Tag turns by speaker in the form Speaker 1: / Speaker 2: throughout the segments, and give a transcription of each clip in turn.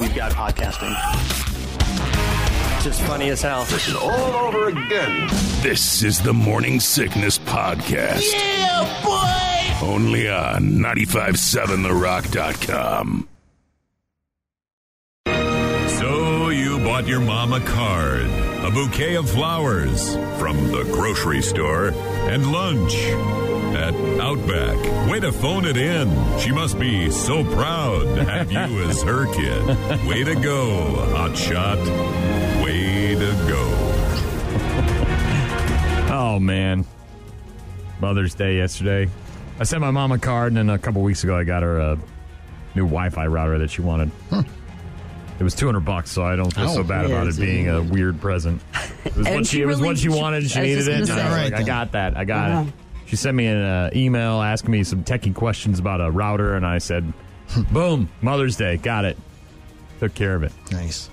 Speaker 1: we've got podcasting.
Speaker 2: Just funny as hell.
Speaker 3: all over again.
Speaker 4: This is the Morning Sickness Podcast.
Speaker 5: Yeah, boy!
Speaker 4: Only on 957therock.com.
Speaker 6: So you bought your mom a card, a bouquet of flowers from the grocery store, and lunch at Outback. Way to phone it in. She must be so proud to have you as her kid. Way to go, hotshot. Way to go.
Speaker 7: Oh man, Mother's Day yesterday. I sent my mom a card, and then a couple weeks ago, I got her a new Wi-Fi router that she wanted. It was two hundred bucks, so I don't feel
Speaker 5: Oh,
Speaker 7: so bad about it
Speaker 5: fancy.
Speaker 7: being a weird present. It was,
Speaker 8: And
Speaker 7: what she,
Speaker 8: she
Speaker 7: it was
Speaker 8: really-
Speaker 7: what she
Speaker 8: she-
Speaker 7: wanted. She
Speaker 8: I was
Speaker 7: needed
Speaker 8: just
Speaker 7: it.
Speaker 8: gonna
Speaker 7: and
Speaker 8: say.
Speaker 7: I, was
Speaker 8: All
Speaker 7: like,
Speaker 8: right,
Speaker 7: I
Speaker 5: then.
Speaker 7: got that. I got
Speaker 8: Wow.
Speaker 7: it. She sent me an uh, email asking me some techie questions about a router, and I said, "Boom, Mother's Day, got it. Took care of it."
Speaker 5: Nice.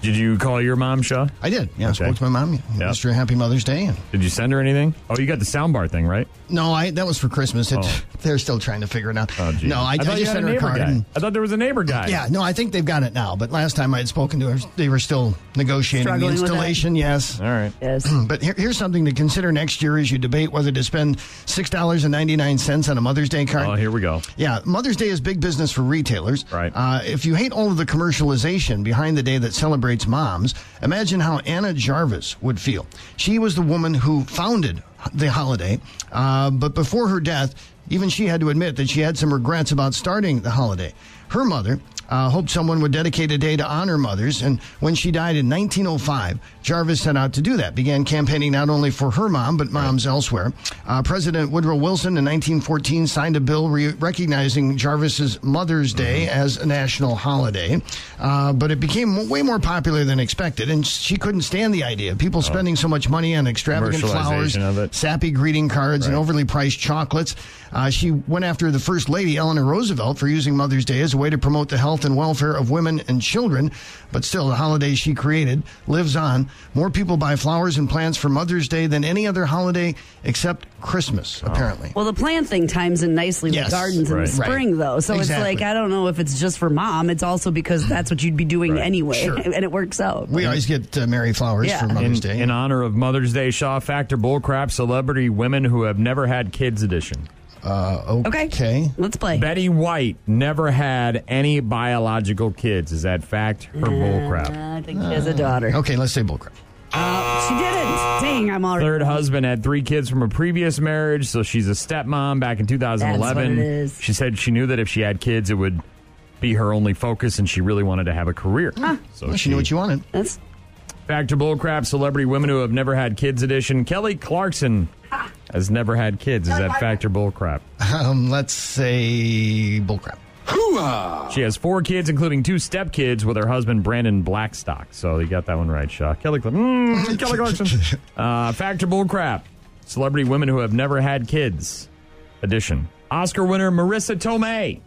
Speaker 7: Did you call your mom, Shaw?
Speaker 5: I did. Yeah, I
Speaker 7: Okay.
Speaker 5: spoke to my mom.
Speaker 7: Yeah.
Speaker 5: Mr. Happy Mother's Day. And
Speaker 7: Did you send her anything? Oh, you got the soundbar thing, right?
Speaker 5: no, I that was for Christmas. It,
Speaker 7: Oh.
Speaker 5: They're still trying to figure it out.
Speaker 7: Oh, geez.
Speaker 5: no, I, I,
Speaker 7: thought you
Speaker 5: just
Speaker 7: had
Speaker 5: sent
Speaker 7: a
Speaker 5: her a
Speaker 7: neighbor
Speaker 5: card.
Speaker 7: guy.
Speaker 5: and-
Speaker 7: I thought there was a neighbor guy.
Speaker 5: yeah, no, I think they've got it now. But last time I had spoken to her, they were still negotiating
Speaker 8: Struggling
Speaker 5: the
Speaker 8: with that.
Speaker 5: installation. Yes. Mm,
Speaker 7: All right.
Speaker 8: Yes.
Speaker 5: But here, here's something to consider next year as you debate whether to spend six dollars and ninety nine cents on a Mother's Day card.
Speaker 7: Oh, here we go.
Speaker 5: Yeah, Mother's Day is big business for retailers.
Speaker 7: Right.
Speaker 5: Uh, if you hate all of the commercialization behind the day that celebrates moms, imagine how Anna Jarvis would feel. She was the woman who founded the holiday, uh, but before her death, even she had to admit that she had some regrets about starting the holiday. Her mother uh, hoped someone would dedicate a day to honor mothers, and when she died in 1905, Jarvis set out to do that, began campaigning not only for her mom, but moms elsewhere. Uh, President Woodrow Wilson in 1914 signed a bill re- recognizing Jarvis's Mother's Day
Speaker 7: Mm-hmm.
Speaker 5: as a national holiday, uh, but it became way more popular than expected, and she couldn't stand the idea of people spending so much money on extravagant flowers,
Speaker 7: Oh. Commercialization of it.
Speaker 5: sappy greeting cards, and overly priced chocolates. Uh, she went after the First Lady, Eleanor Roosevelt, for using Mother's Day as a way to promote the health and welfare of women and children. But still, the holiday she created lives on. More people buy flowers and plants for Mother's Day than any other holiday except Christmas, apparently.
Speaker 8: Well, the plant thing times in nicely
Speaker 5: Yes.
Speaker 8: with gardens in
Speaker 7: Right.
Speaker 8: the spring,
Speaker 5: Right.
Speaker 8: though. So
Speaker 5: Exactly.
Speaker 8: it's like, I don't know if it's just for mom. It's also because that's what you'd be doing
Speaker 7: Right.
Speaker 8: anyway.
Speaker 5: Sure.
Speaker 8: and it works out.
Speaker 5: We always get uh, Mary flowers
Speaker 8: Yeah.
Speaker 5: for Mother's
Speaker 7: In,
Speaker 5: Day.
Speaker 7: in honor of Mother's Day, Shaw Factor Bullcrap Celebrity Women Who Have Never Had Kids Edition.
Speaker 5: uh,
Speaker 8: okay.
Speaker 5: okay.
Speaker 8: Let's play.
Speaker 7: Betty White never had any biological kids. Is that fact or bullcrap?
Speaker 8: I think she has a daughter.
Speaker 5: Ah,
Speaker 8: Uh,
Speaker 5: Okay, let's say bullcrap.
Speaker 8: She didn't. Dang, I'm already.
Speaker 7: Third husband had three kids from a previous marriage, so she's a stepmom back in 2011.
Speaker 8: That's what it is.
Speaker 7: She said she knew that if she had kids, it would be her only focus, and she really wanted to have a career. So
Speaker 5: She knew what you wanted.
Speaker 8: That's
Speaker 7: Factor bullcrap, celebrity women who have never had kids edition. Kelly Clarkson has never had kids. Is that factor bullcrap?
Speaker 5: Um, let's say bullcrap.
Speaker 7: She has four kids, including two stepkids, with her husband Brandon Blackstock. So you got that one right, Shaw. Kelly, Cl- mm, Kelly Clarkson. Uh, factor bullcrap, celebrity women who have never had kids edition. Oscar winner Marissa Tomei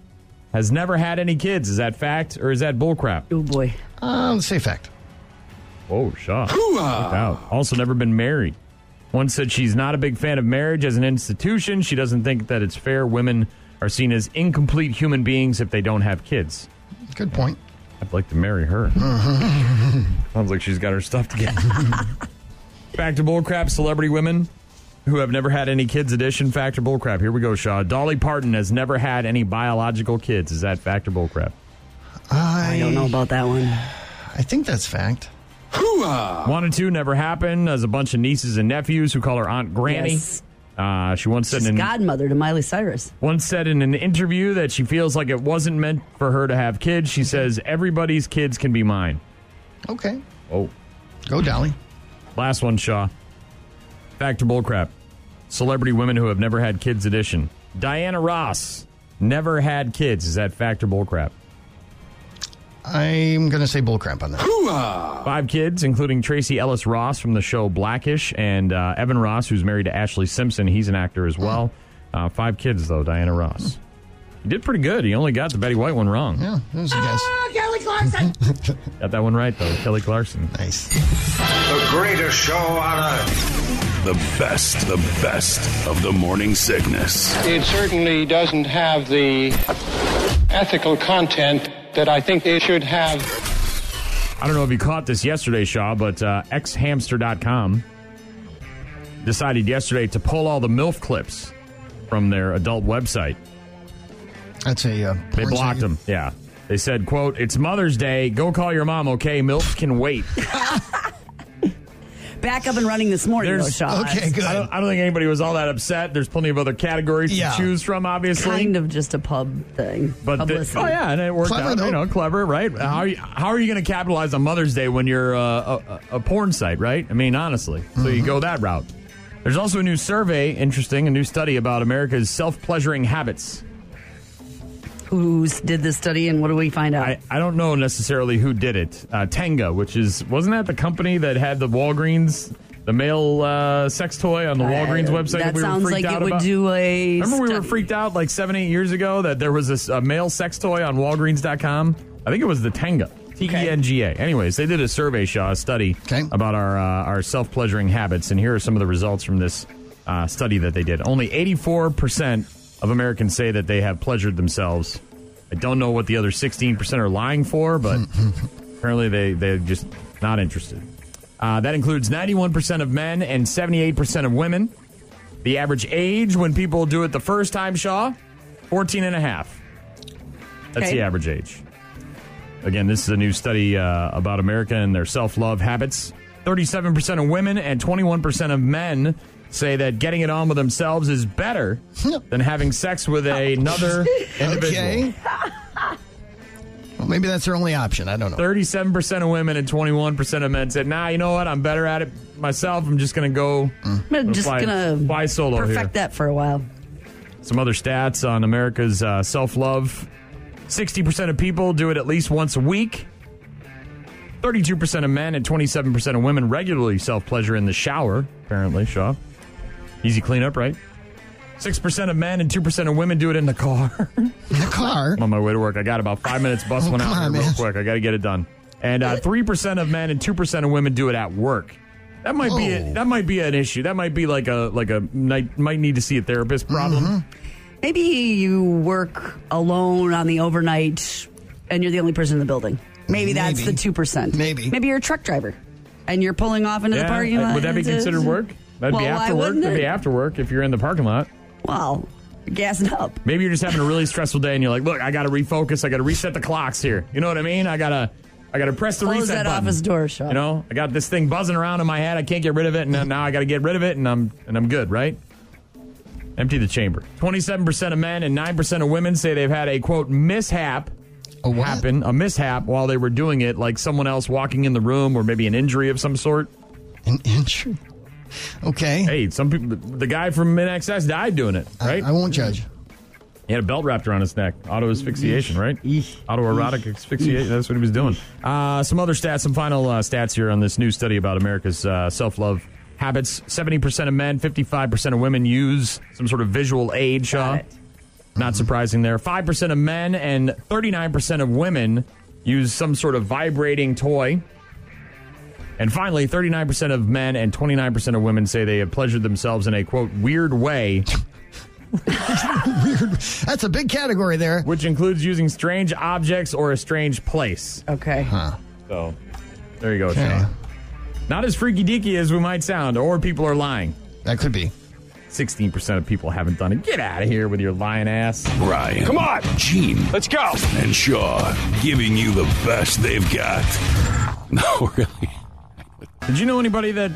Speaker 7: has never had any kids. Is that fact or is that bullcrap?
Speaker 8: oh boy.
Speaker 5: Uh, let's say fact.
Speaker 7: Oh, Shaw. Look out. Also, never been married. One said she's not a big fan of marriage as an institution. She doesn't think that it's fair. Women are seen as incomplete human beings if they don't have kids.
Speaker 5: Good point.
Speaker 7: I'd like to marry her. Sounds like she's got her stuff together. Back to bullcrap, celebrity women who have never had any kids edition. Factor bullcrap. Here we go, Shaw. Dolly Parton has never had any biological kids. Is that factor bullcrap?
Speaker 8: I don't know about that one.
Speaker 5: I think that's fact.
Speaker 7: Wanted to, never happened. Has a bunch of nieces and nephews who call her Aunt Granny.
Speaker 8: Yes.
Speaker 7: Uh, she once said
Speaker 8: She's
Speaker 7: in
Speaker 8: godmother to Miley Cyrus.
Speaker 7: once said in an interview that she feels like it wasn't meant for her to have kids. She says everybody's kids can be mine.
Speaker 5: Okay.
Speaker 7: Oh,
Speaker 5: Go, Dolly.
Speaker 7: last one, Shaw. Back to bullcrap. Celebrity women who have never had kids edition. Diana Ross never had kids. Is that fact or bullcrap?
Speaker 5: I'm going to say bullcrap on that.
Speaker 7: Five kids, including Tracy Ellis Ross from the show Blackish, and uh, Evan Ross, who's married to Ashley Simpson. He's an actor as well. Uh, five kids, though. Diana Ross. He did pretty good. He only got the Betty White one wrong.
Speaker 5: Yeah, that was a guess. Oh, Kelly Clarkson.
Speaker 7: Got that one right, though. Kelly Clarkson.
Speaker 5: nice.
Speaker 3: The greatest show on earth.
Speaker 4: The best, the best of the morning sickness.
Speaker 9: It certainly doesn't have the ethical content
Speaker 1: that I think it should have.
Speaker 7: I don't know if you caught this yesterday, Shaw, but uh, xhamster.com decided yesterday to pull all the MILF clips from their adult website.
Speaker 5: That's a. Uh,
Speaker 7: They
Speaker 5: porn
Speaker 7: blocked
Speaker 5: site.
Speaker 7: them. Yeah. They said, quote, it's Mother's Day. Go call your mom, okay? MILF can wait.
Speaker 8: Back up and running this morning,
Speaker 7: There's-
Speaker 8: though, Shaw.
Speaker 5: Okay,
Speaker 8: It's
Speaker 5: good.
Speaker 7: I don't, I don't think anybody was all that upset. There's plenty of other categories
Speaker 5: Yeah.
Speaker 7: to choose from, obviously.
Speaker 8: Kind of just a pub thing.
Speaker 7: But the,
Speaker 8: Publicity.
Speaker 7: oh yeah, and it worked
Speaker 5: Clever,
Speaker 7: out.
Speaker 5: though. Mm-hmm.
Speaker 7: You know, clever, right? How are you, how are you going to capitalize on Mother's Day when you're uh, a, a, a porn site, right? I mean, honestly, so
Speaker 5: Mm-hmm.
Speaker 7: you go that route. There's also a new survey, interesting, a new study about America's self-pleasuring habits.
Speaker 8: Who s- did this study and what do we find out?
Speaker 7: I, I don't know necessarily who did it. Uh, Tenga, which is wasn't that the company that had the Walgreens, the male uh, sex toy on the Walgreens
Speaker 8: Uh,
Speaker 7: website?
Speaker 8: That
Speaker 7: we were
Speaker 8: sounds like
Speaker 7: freaked out
Speaker 8: it would
Speaker 7: about?
Speaker 8: do a.
Speaker 7: Remember, we were
Speaker 8: study.
Speaker 7: freaked out like seven, eight years ago that there was this a male sex toy on Walgreens.com. I think it was the Tenga. T E N G A. Anyways, they did a survey, Shaw, a study
Speaker 5: Okay.
Speaker 7: about our uh, our self pleasuring habits, and here are some of the results from this uh, study that they did. Only eighty four percent of Americans say that they have pleasured themselves. I don't know what the other sixteen percent are lying for, but apparently they they're just not interested. Uh, that includes ninety one percent of men and seventy eight percent of women. The average age when people do it the first time, Shaw, 14 and a half. That's
Speaker 8: Okay.
Speaker 7: the average age. Again, this is a new study uh, about America and their self love habits. 37% of women and 21% of men say that getting it on with themselves is better than having sex with another individual.
Speaker 5: Okay. well, maybe that's their only option. I don't know.
Speaker 7: 37% of women and 21% of men said, nah, you know what? I'm better at it myself. I'm just going to go
Speaker 8: I'm just
Speaker 7: fly-
Speaker 8: gonna
Speaker 7: fly solo
Speaker 8: perfect
Speaker 7: here.
Speaker 8: that for a while.
Speaker 7: Some other stats on America's uh, self love 60% of people do it at least once a week. 32% of men and 27% of women regularly self pleasure in the shower, apparently, Shaw. Easy cleanup, right? 6% of men and 2% of women do it in the car.
Speaker 5: In the car.
Speaker 7: I'm on my way to work. I got about five minutes. Bus
Speaker 5: Oh,
Speaker 7: one
Speaker 5: come
Speaker 7: out
Speaker 5: on,
Speaker 7: here real
Speaker 5: man.
Speaker 7: quick. I got to get it done. And uh, 3% of men and 2% of women do it at work. That might be
Speaker 5: Whoa.
Speaker 7: that might be an issue. That might be like a like a might, might need to see a therapist problem.
Speaker 5: Mm-hmm.
Speaker 8: Maybe you work alone on the overnight and you're the only person in the building. Maybe that's
Speaker 5: Maybe.
Speaker 8: the 2%.
Speaker 5: Maybe.
Speaker 8: Maybe you're a truck driver and you're pulling off into the parking
Speaker 7: uh,
Speaker 8: lot.
Speaker 7: Would that be
Speaker 8: to-
Speaker 7: considered work? That'd
Speaker 8: Well, why
Speaker 7: be after work.
Speaker 8: wouldn't
Speaker 7: That'd be
Speaker 8: it?
Speaker 7: after work if you're in the parking lot.
Speaker 8: Well, gassing up.
Speaker 7: Maybe you're just having a really stressful day and you're like, look, I gotta refocus, I gotta reset the clocks here. You know what I mean? I gotta I gotta press the
Speaker 8: Close
Speaker 7: reset
Speaker 8: that
Speaker 7: button.
Speaker 8: office door shut.
Speaker 7: You know, I got this thing buzzing around in my head, I can't get rid of it, and now I gotta get rid of it and I'm and I'm good, right? Empty the chamber. Twenty seven percent of men and nine percent of women say they've had a quote mishap
Speaker 5: A what?
Speaker 7: happen, a mishap while they were doing it, like someone else walking in the room or maybe an injury of some sort.
Speaker 5: An inch. Okay.
Speaker 7: Hey, some people, the guy from NXS died doing it,
Speaker 5: I-
Speaker 7: right?
Speaker 5: I, won't judge.
Speaker 7: He had a belt wrapped around his neck. Auto asphyxiation, right? Autoerotic asphyxiation. That's what he was doing. Uh, some other stats, some final uh, stats here on this new study about America's uh, self love habits. 70% of men, 55% of women use some sort of visual aid, Shaw.
Speaker 8: it.
Speaker 7: Not surprising there. 5% of men and 39% of women use some sort of vibrating toy. And finally, 39% of men and 29% of women say they have pleasured themselves in a quote, weird way
Speaker 5: Weird. That's a big category there.
Speaker 7: which includes using strange objects or a strange place.
Speaker 8: Okay.
Speaker 7: So there you go,
Speaker 5: Okay.
Speaker 7: Sean. Not as freaky deaky as we might sound, or people are lying.
Speaker 5: That could be.
Speaker 7: 16% of people haven't done it. Get out of here with your lying ass.
Speaker 4: Ryan. Come on. Gene
Speaker 1: Let's go.
Speaker 4: and Shaw giving you the best they've got. No, really.
Speaker 7: Did you know anybody that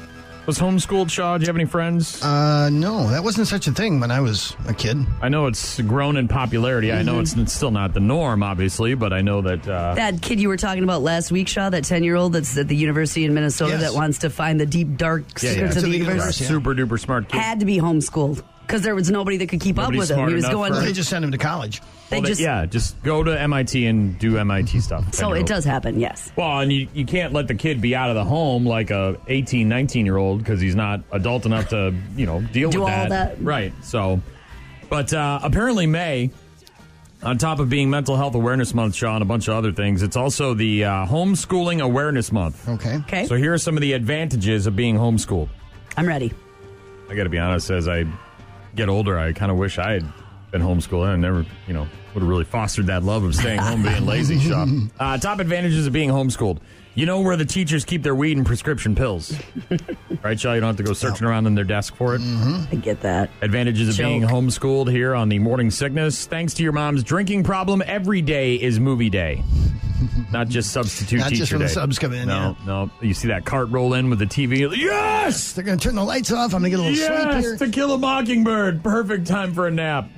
Speaker 7: was homeschooled, Shaw? Do you have any friends?
Speaker 5: Uh, no, that wasn't such a thing when I was a kid.
Speaker 7: I know it's grown in popularity. I
Speaker 5: Mhm.
Speaker 7: know it's, it's still not the norm, obviously, but I know that. Uh,
Speaker 8: That kid you were talking about last week, Shaw, that 10 year old that's at the university in Minnesota
Speaker 5: Yes.
Speaker 8: that wants to find the deep, dark
Speaker 7: yeah.
Speaker 8: secrets
Speaker 5: To
Speaker 8: of the,
Speaker 5: the
Speaker 8: universe,
Speaker 5: universe, yeah.
Speaker 7: Super duper smart kid.
Speaker 8: had to be homeschooled because there was nobody that could keep
Speaker 7: Nobody
Speaker 8: up with him.
Speaker 7: smart
Speaker 8: He was
Speaker 7: enough
Speaker 8: going,
Speaker 7: for-
Speaker 5: They just sent him to college.
Speaker 8: they
Speaker 7: Well, they-
Speaker 8: just.
Speaker 7: yeah, just go to MIT and do MIT stuff.
Speaker 8: So it
Speaker 7: Anyway.
Speaker 8: does happen, yes.
Speaker 7: Well, and you, you can't let the kid be out of the home like a 18, 19 year old because he's not adult enough to, you know, deal
Speaker 8: Do
Speaker 7: with
Speaker 8: all
Speaker 7: that.
Speaker 8: that.
Speaker 7: Right. So, but uh, apparently, May, on top of being Mental Health Awareness Month, Sean, a bunch of other things, it's also the uh, Homeschooling Awareness Month.
Speaker 5: Okay.
Speaker 8: Okay.
Speaker 7: So here are some of the advantages of being homeschooled.
Speaker 8: I'm ready.
Speaker 7: I got to be honest, as I get older, I kind of wish I had been homeschooling. I never, you know, would have really fostered that love of staying home, being lazy. Shop. Uh, top advantages of being homeschooled. You know where the teachers keep their weed and prescription pills, right, Shaw? You don't have to go searching around in their desk for it.
Speaker 5: Mm.
Speaker 8: I get that.
Speaker 7: Advantages of
Speaker 8: Joke.
Speaker 7: being homeschooled here on the morning sickness. Thanks to your mom's drinking problem, every day is movie day. Not just substitute
Speaker 5: Not
Speaker 7: teacher
Speaker 5: just when the
Speaker 7: day.
Speaker 5: subs come in,
Speaker 7: No, no. You see that cart roll in with the TV. you're like, Yes,
Speaker 5: They're going to turn the lights off. I'm going to get a little sleep here.
Speaker 7: yes. To kill a mockingbird. Perfect time for a nap.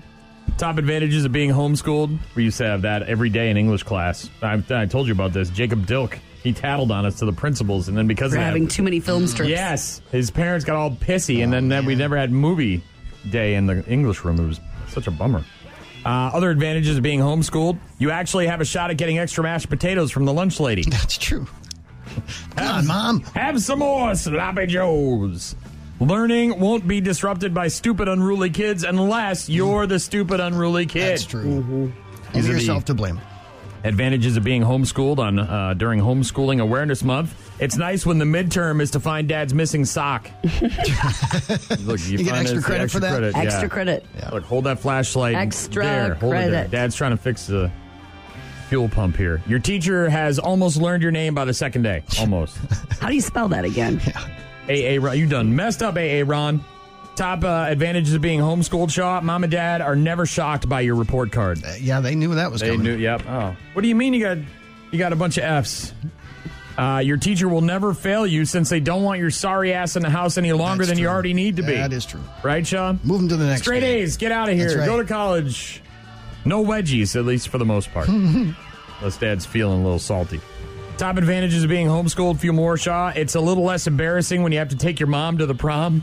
Speaker 7: Top advantages of being homeschooled. We used to have that every day in English class. I, I told you about this. Jacob Dilk. He tattled on us to the principals, and then because
Speaker 8: We're
Speaker 7: of that,
Speaker 8: having too many film strips.
Speaker 7: Yes, his parents got all pissy, and
Speaker 5: Oh,
Speaker 7: then, then we never had movie day in the English room. It was such a bummer. Uh, other advantages of being homeschooled: you actually have a shot at getting extra mashed potatoes from the lunch lady.
Speaker 5: That's true. Come on, Mom.
Speaker 7: have some more sloppy joes. Learning won't be disrupted by stupid, unruly kids unless you're the stupid, unruly kid.
Speaker 5: That's true.
Speaker 7: These
Speaker 5: You're
Speaker 7: are the-
Speaker 5: yourself to blame.
Speaker 7: Advantages of being homeschooled on uh, during homeschooling awareness month. It's nice when the midterm is to find dad's missing sock. Look,
Speaker 5: You get
Speaker 7: find
Speaker 5: extra
Speaker 7: this-
Speaker 5: credit for that?
Speaker 7: yeah.
Speaker 8: Extra credit.
Speaker 7: Look, hold that flashlight.
Speaker 8: Extra
Speaker 7: there, hold it there.
Speaker 8: credit.
Speaker 7: Dad's trying to fix the fuel pump here. Your teacher has almost learned your name by the second day. Almost.
Speaker 8: How do you spell that again?
Speaker 7: AA Ron, you done messed up, AA Ron. Top uh, advantages of being homeschooled, Shaw. Mom and dad are never shocked by your report card.
Speaker 5: Uh, Yeah, they knew that was
Speaker 7: They
Speaker 5: coming.
Speaker 7: knew. Yep. Oh. What do you mean you got you got a bunch of Fs? Uh, your teacher will never fail you since they don't want your sorry ass in the house any longer
Speaker 5: That's
Speaker 7: than you
Speaker 5: true.
Speaker 7: already need to be.
Speaker 5: That is true.
Speaker 7: Right, Shaw?
Speaker 5: Move them to the next.
Speaker 7: Straight
Speaker 5: grade.
Speaker 7: A's, get out of here.
Speaker 5: That's right.
Speaker 7: Go to college. No wedgies, at least for the most part. Unless dad's feeling a little salty. Top advantages of being homeschooled, few more, Shaw. It's a little less embarrassing when you have to take your mom to the prom.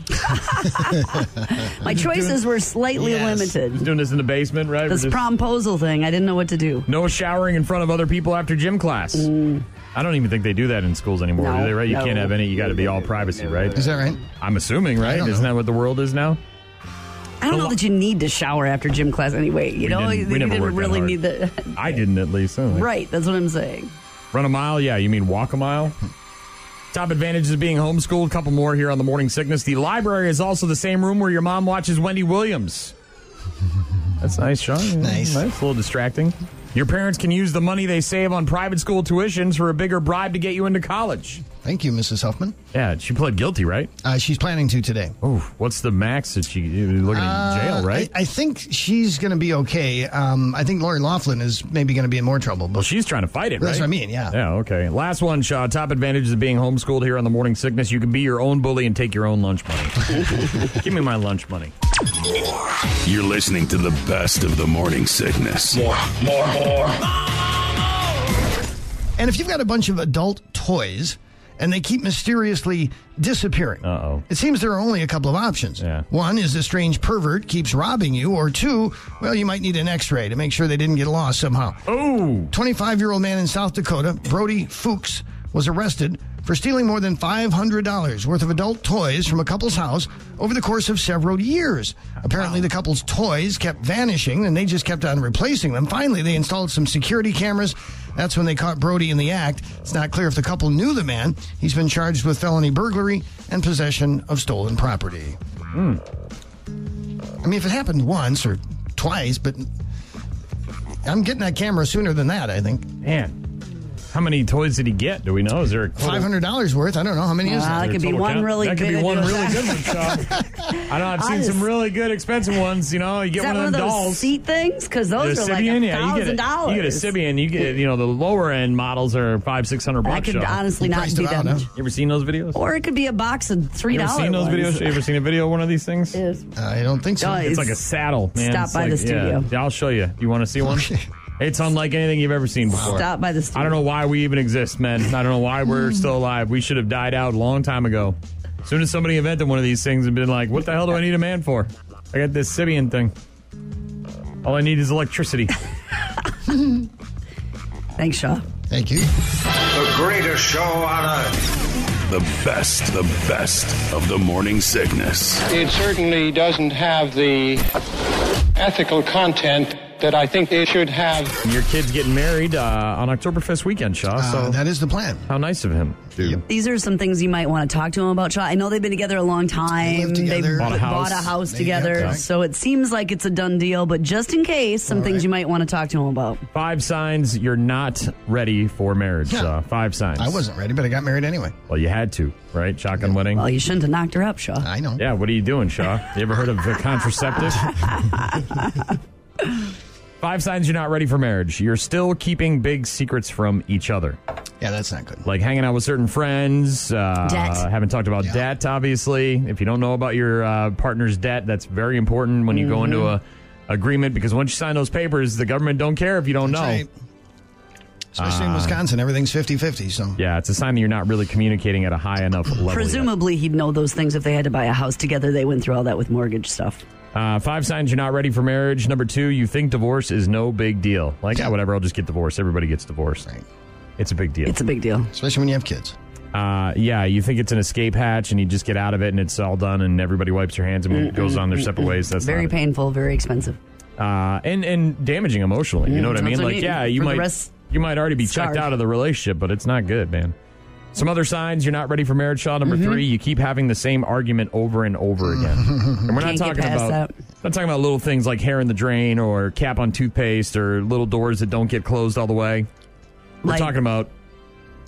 Speaker 8: My choices were slightly
Speaker 5: Yes.
Speaker 7: Just
Speaker 8: limited.
Speaker 7: doing this in the basement, right?
Speaker 8: This
Speaker 7: We're just-
Speaker 8: promposal thing, I didn't know what to do.
Speaker 7: No showering in front of other people after gym class.
Speaker 5: Mm.
Speaker 7: I don't even think they do that in schools anymore,
Speaker 8: No,
Speaker 7: do they, right? You
Speaker 8: no.
Speaker 7: can't have any. You got to be all privacy, right?
Speaker 5: Is that right?
Speaker 7: I'm assuming, right?
Speaker 5: don't
Speaker 7: Isn't
Speaker 5: know.
Speaker 7: that what the world is now?
Speaker 8: I don't know that you need to shower after gym class anyway. You know,
Speaker 7: didn't- we
Speaker 8: you
Speaker 7: never
Speaker 8: didn't
Speaker 7: worked that
Speaker 8: really
Speaker 7: hard.
Speaker 8: need the
Speaker 7: I didn't, at least. I don't think
Speaker 8: right. That's what I'm saying.
Speaker 7: Run a mile? Yeah, you mean walk a mile? Top advantages of being homeschooled. Couple more here on the morning sickness. The library is also the same room where your mom watches Wendy Williams. That's nice, Sean. Yeah,
Speaker 5: Nice.
Speaker 7: A little distracting. Your parents can use the money they save on private school tuitions for a bigger bribe to get you into college.
Speaker 5: Thank you, Mrs. Huffman.
Speaker 7: Yeah, she pled guilty, right?
Speaker 5: Uh, she's planning to today.
Speaker 7: Oh, what's the max that she you're looking at
Speaker 5: Uh,
Speaker 7: jail, right?
Speaker 5: I, I think she's going to be okay. Um, I think Lori Laughlin is maybe going to be in more trouble.
Speaker 7: well,
Speaker 5: But
Speaker 7: she's trying to fight it,
Speaker 5: that's
Speaker 7: right?
Speaker 5: what I mean. Yeah.
Speaker 7: Yeah, okay. Last one, Shaw. Top advantages of being homeschooled here on the morning sickness. You can be your own bully and take your own lunch money. Give me my lunch money.
Speaker 4: You're listening to the best of the morning sickness.
Speaker 5: And if you've got a bunch of adult toys and they keep mysteriously disappearing,
Speaker 7: Uh-oh.
Speaker 5: it seems there are only a couple of options.
Speaker 7: Yeah.
Speaker 5: One is a strange pervert keeps robbing you, or two, well, you might need an x ray to make sure they didn't get lost somehow.
Speaker 7: Oh,
Speaker 5: 25 year old man in South Dakota, Brody Fuchs, was arrested for stealing more than $500 worth of adult toys from a couple's house over the course of several years. Apparently, the couple's toys kept vanishing and they just kept on replacing them. Finally, they installed some security cameras. That's when they caught Brody in the act. It's not clear if the couple knew the man. He's been charged with felony burglary and possession of stolen property. I mean, if it happened once or twice, but I'm getting that camera sooner than that, I think.
Speaker 7: man. How many toys did he get? Do we know? Is there a total-
Speaker 5: Five hundred dollars worth. I don't know how many is
Speaker 8: Wow,
Speaker 5: that.
Speaker 8: that could be
Speaker 7: total
Speaker 8: one
Speaker 7: count?
Speaker 8: really
Speaker 7: that could
Speaker 8: good.
Speaker 7: be one really good one, Shaw. I know I've seen
Speaker 8: Honest.
Speaker 7: some really good expensive ones. You know, you
Speaker 8: Is
Speaker 7: get
Speaker 8: that
Speaker 7: one
Speaker 8: one
Speaker 7: of
Speaker 8: of
Speaker 7: them
Speaker 8: those
Speaker 7: dolls.
Speaker 8: seat things? Because
Speaker 7: The
Speaker 8: those are like
Speaker 7: Sibian,
Speaker 8: a
Speaker 7: yeah, you get
Speaker 8: thousand
Speaker 7: a,
Speaker 8: dollars.
Speaker 7: you get a Sibian. You get you know the lower end models are five six hundred bucks.
Speaker 8: I could
Speaker 7: Shaw.
Speaker 8: honestly
Speaker 5: You
Speaker 8: not
Speaker 5: priced
Speaker 8: do
Speaker 5: it out,
Speaker 8: that. much.
Speaker 5: huh?
Speaker 7: You ever seen those videos?
Speaker 8: Or it could be a box of three
Speaker 7: you ever
Speaker 8: dollars.
Speaker 7: seen those videos? You ever seen a video of one of these things?
Speaker 5: I don't think so.
Speaker 8: Oh,
Speaker 7: It's
Speaker 8: it's-
Speaker 7: like a saddle, man.
Speaker 8: Stop
Speaker 7: It's
Speaker 8: by
Speaker 7: like-
Speaker 8: the studio.
Speaker 7: yeah, I'll show you. You want to see one?
Speaker 5: Okay.
Speaker 7: It's unlike anything you've ever seen before.
Speaker 8: Stop Hmm. by the studio.
Speaker 7: I don't know why we even exist, man. I don't know why we're still alive. We should have died out a long time ago. As soon as somebody invented one of these things and been like, what the hell do I need a man for? I got this Sibian thing. All I need is electricity.
Speaker 8: Thanks, Shaw.
Speaker 5: Thank you.
Speaker 3: The greatest show on earth.
Speaker 4: The best, the best of the morning sickness.
Speaker 1: It certainly doesn't have the ethical content that I think it should have.
Speaker 7: Your kid's getting married uh, on Oktoberfest weekend, Shaw.
Speaker 5: Uh,
Speaker 7: So
Speaker 5: that is the plan.
Speaker 7: how nice of him.
Speaker 5: Yep.
Speaker 8: These are some things you might want to talk to him about, Shaw. I know they've been together a long time.
Speaker 5: They live
Speaker 8: have
Speaker 5: together. Bought
Speaker 7: a house.
Speaker 8: bought a house
Speaker 5: They-
Speaker 8: together.
Speaker 5: yeah, correct.
Speaker 8: So it seems like it's a done deal, but just in case, some things
Speaker 5: right.
Speaker 8: you might want to talk to him about.
Speaker 7: Five signs you're not ready for marriage.
Speaker 5: Yeah.
Speaker 7: Shaw. five signs.
Speaker 5: I wasn't ready, but I got married anyway.
Speaker 7: Well, you had to, right? Shotgun wedding.
Speaker 8: Well, you shouldn't have knocked her up, Shaw.
Speaker 5: I know.
Speaker 7: yeah. What are you doing, Shaw? You ever heard of a contraceptive? Five signs you're not ready for marriage. You're still keeping big secrets from each other.
Speaker 5: Yeah, that's not good.
Speaker 7: like hanging out with certain friends. Uh,
Speaker 8: Debt.
Speaker 7: Haven't talked about
Speaker 5: Yeah.
Speaker 7: debt, obviously. If you don't know about your uh, partner's debt, that's very important when you go into
Speaker 5: Mm-hmm.
Speaker 7: a agreement because once you sign those papers, the government don't care if you don't
Speaker 5: That's
Speaker 7: know.
Speaker 5: right. Especially in Wisconsin, everything's 50 50. So,
Speaker 7: Uh, Yeah, it's a sign that you're not really communicating at a high enough level. yet.
Speaker 8: Presumably, he'd know those things if they had to buy a house together. They went through all that with mortgage stuff.
Speaker 7: Uh, five signs you're not ready for marriage. Number two, you think divorce is no big deal. Like,
Speaker 5: Yeah.
Speaker 7: yeah, whatever, I'll just get divorced. Everybody gets divorced.
Speaker 5: Right.
Speaker 7: It's a big deal.
Speaker 8: It's a big deal.
Speaker 5: especially when you have kids.
Speaker 7: uh, yeah, you think it's an escape hatch and you just get out of it and it's all done and everybody wipes their hands and goes on their separate ways. That's
Speaker 8: very
Speaker 7: not it.
Speaker 8: painful, very expensive.
Speaker 7: uh, and and damaging emotionally. You know what I
Speaker 8: that's
Speaker 7: mean?
Speaker 8: what I
Speaker 7: Like,
Speaker 8: mean.
Speaker 7: yeah, you
Speaker 8: Mm, For the
Speaker 7: might
Speaker 8: rest-
Speaker 7: you might already be
Speaker 8: scarred.
Speaker 7: checked out of the relationship, but it's not good, man. Some other signs you're not ready for marriage. Shaw number
Speaker 8: Mm-hmm.
Speaker 7: three, you keep having the same argument over and over again, and we're
Speaker 8: Can't get
Speaker 7: not talking
Speaker 8: past
Speaker 7: about
Speaker 8: that.
Speaker 7: not talking about little things like hair in the drain or cap on toothpaste or little doors that don't get closed all the way. We're
Speaker 8: Like-
Speaker 7: talking about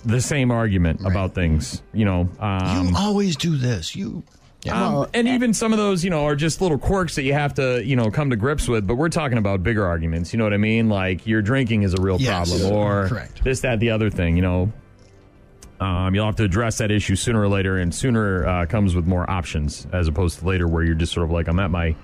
Speaker 7: the same argument about things, you know. Um,
Speaker 5: you always do this. You. Yeah.
Speaker 7: um, and even some of those, you know, are just little quirks that you have to, you know, come to grips with. But we're talking about bigger arguments. You know what I mean? Like your drinking is a real
Speaker 5: Yes,
Speaker 7: problem, or
Speaker 5: correct.
Speaker 7: this, that, the other thing. You know, um, you'll have to address that issue sooner or later, and sooner uh, comes with more options as opposed to later, where you're just sort of like, I'm at my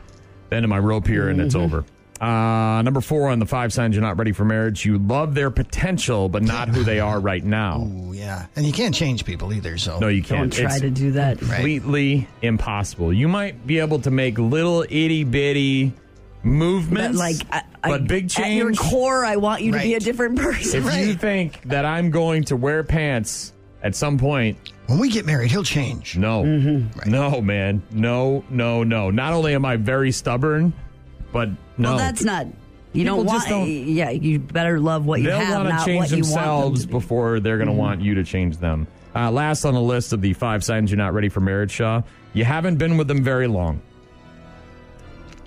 Speaker 7: the end of my rope here, and it's over. Uh, number four on the five signs you're not ready for marriage. You love their potential, but not who they are right now.
Speaker 5: Ooh, oh, yeah. And you can't change people either. So,
Speaker 7: No, you
Speaker 8: Don't
Speaker 7: can't.
Speaker 8: try
Speaker 7: It's-
Speaker 8: to do that.
Speaker 7: completely impossible. You might be able to make little itty bitty
Speaker 8: But
Speaker 7: movements,
Speaker 8: like, I, I-
Speaker 7: but big
Speaker 8: At your
Speaker 7: change.
Speaker 8: core, I want you to be a
Speaker 5: Right.
Speaker 8: different person.
Speaker 7: if you think that I'm going to wear pants at some point,
Speaker 5: when we get married, he'll change.
Speaker 7: no,
Speaker 8: Mm-hmm.
Speaker 7: no, man, no, no, no. Not only am I very stubborn, but no,
Speaker 8: Well, that's not. You
Speaker 7: People
Speaker 8: don't want.
Speaker 7: just don't-
Speaker 8: yeah, you better love what you
Speaker 7: they'll
Speaker 8: have,
Speaker 7: wanna
Speaker 8: not
Speaker 7: change
Speaker 8: what you want.
Speaker 7: themselves
Speaker 8: Them to be.
Speaker 7: before they're going to want you to change them. Uh, last on the list of the five signs you're not ready for marriage, Shaw, you haven't been with them very long.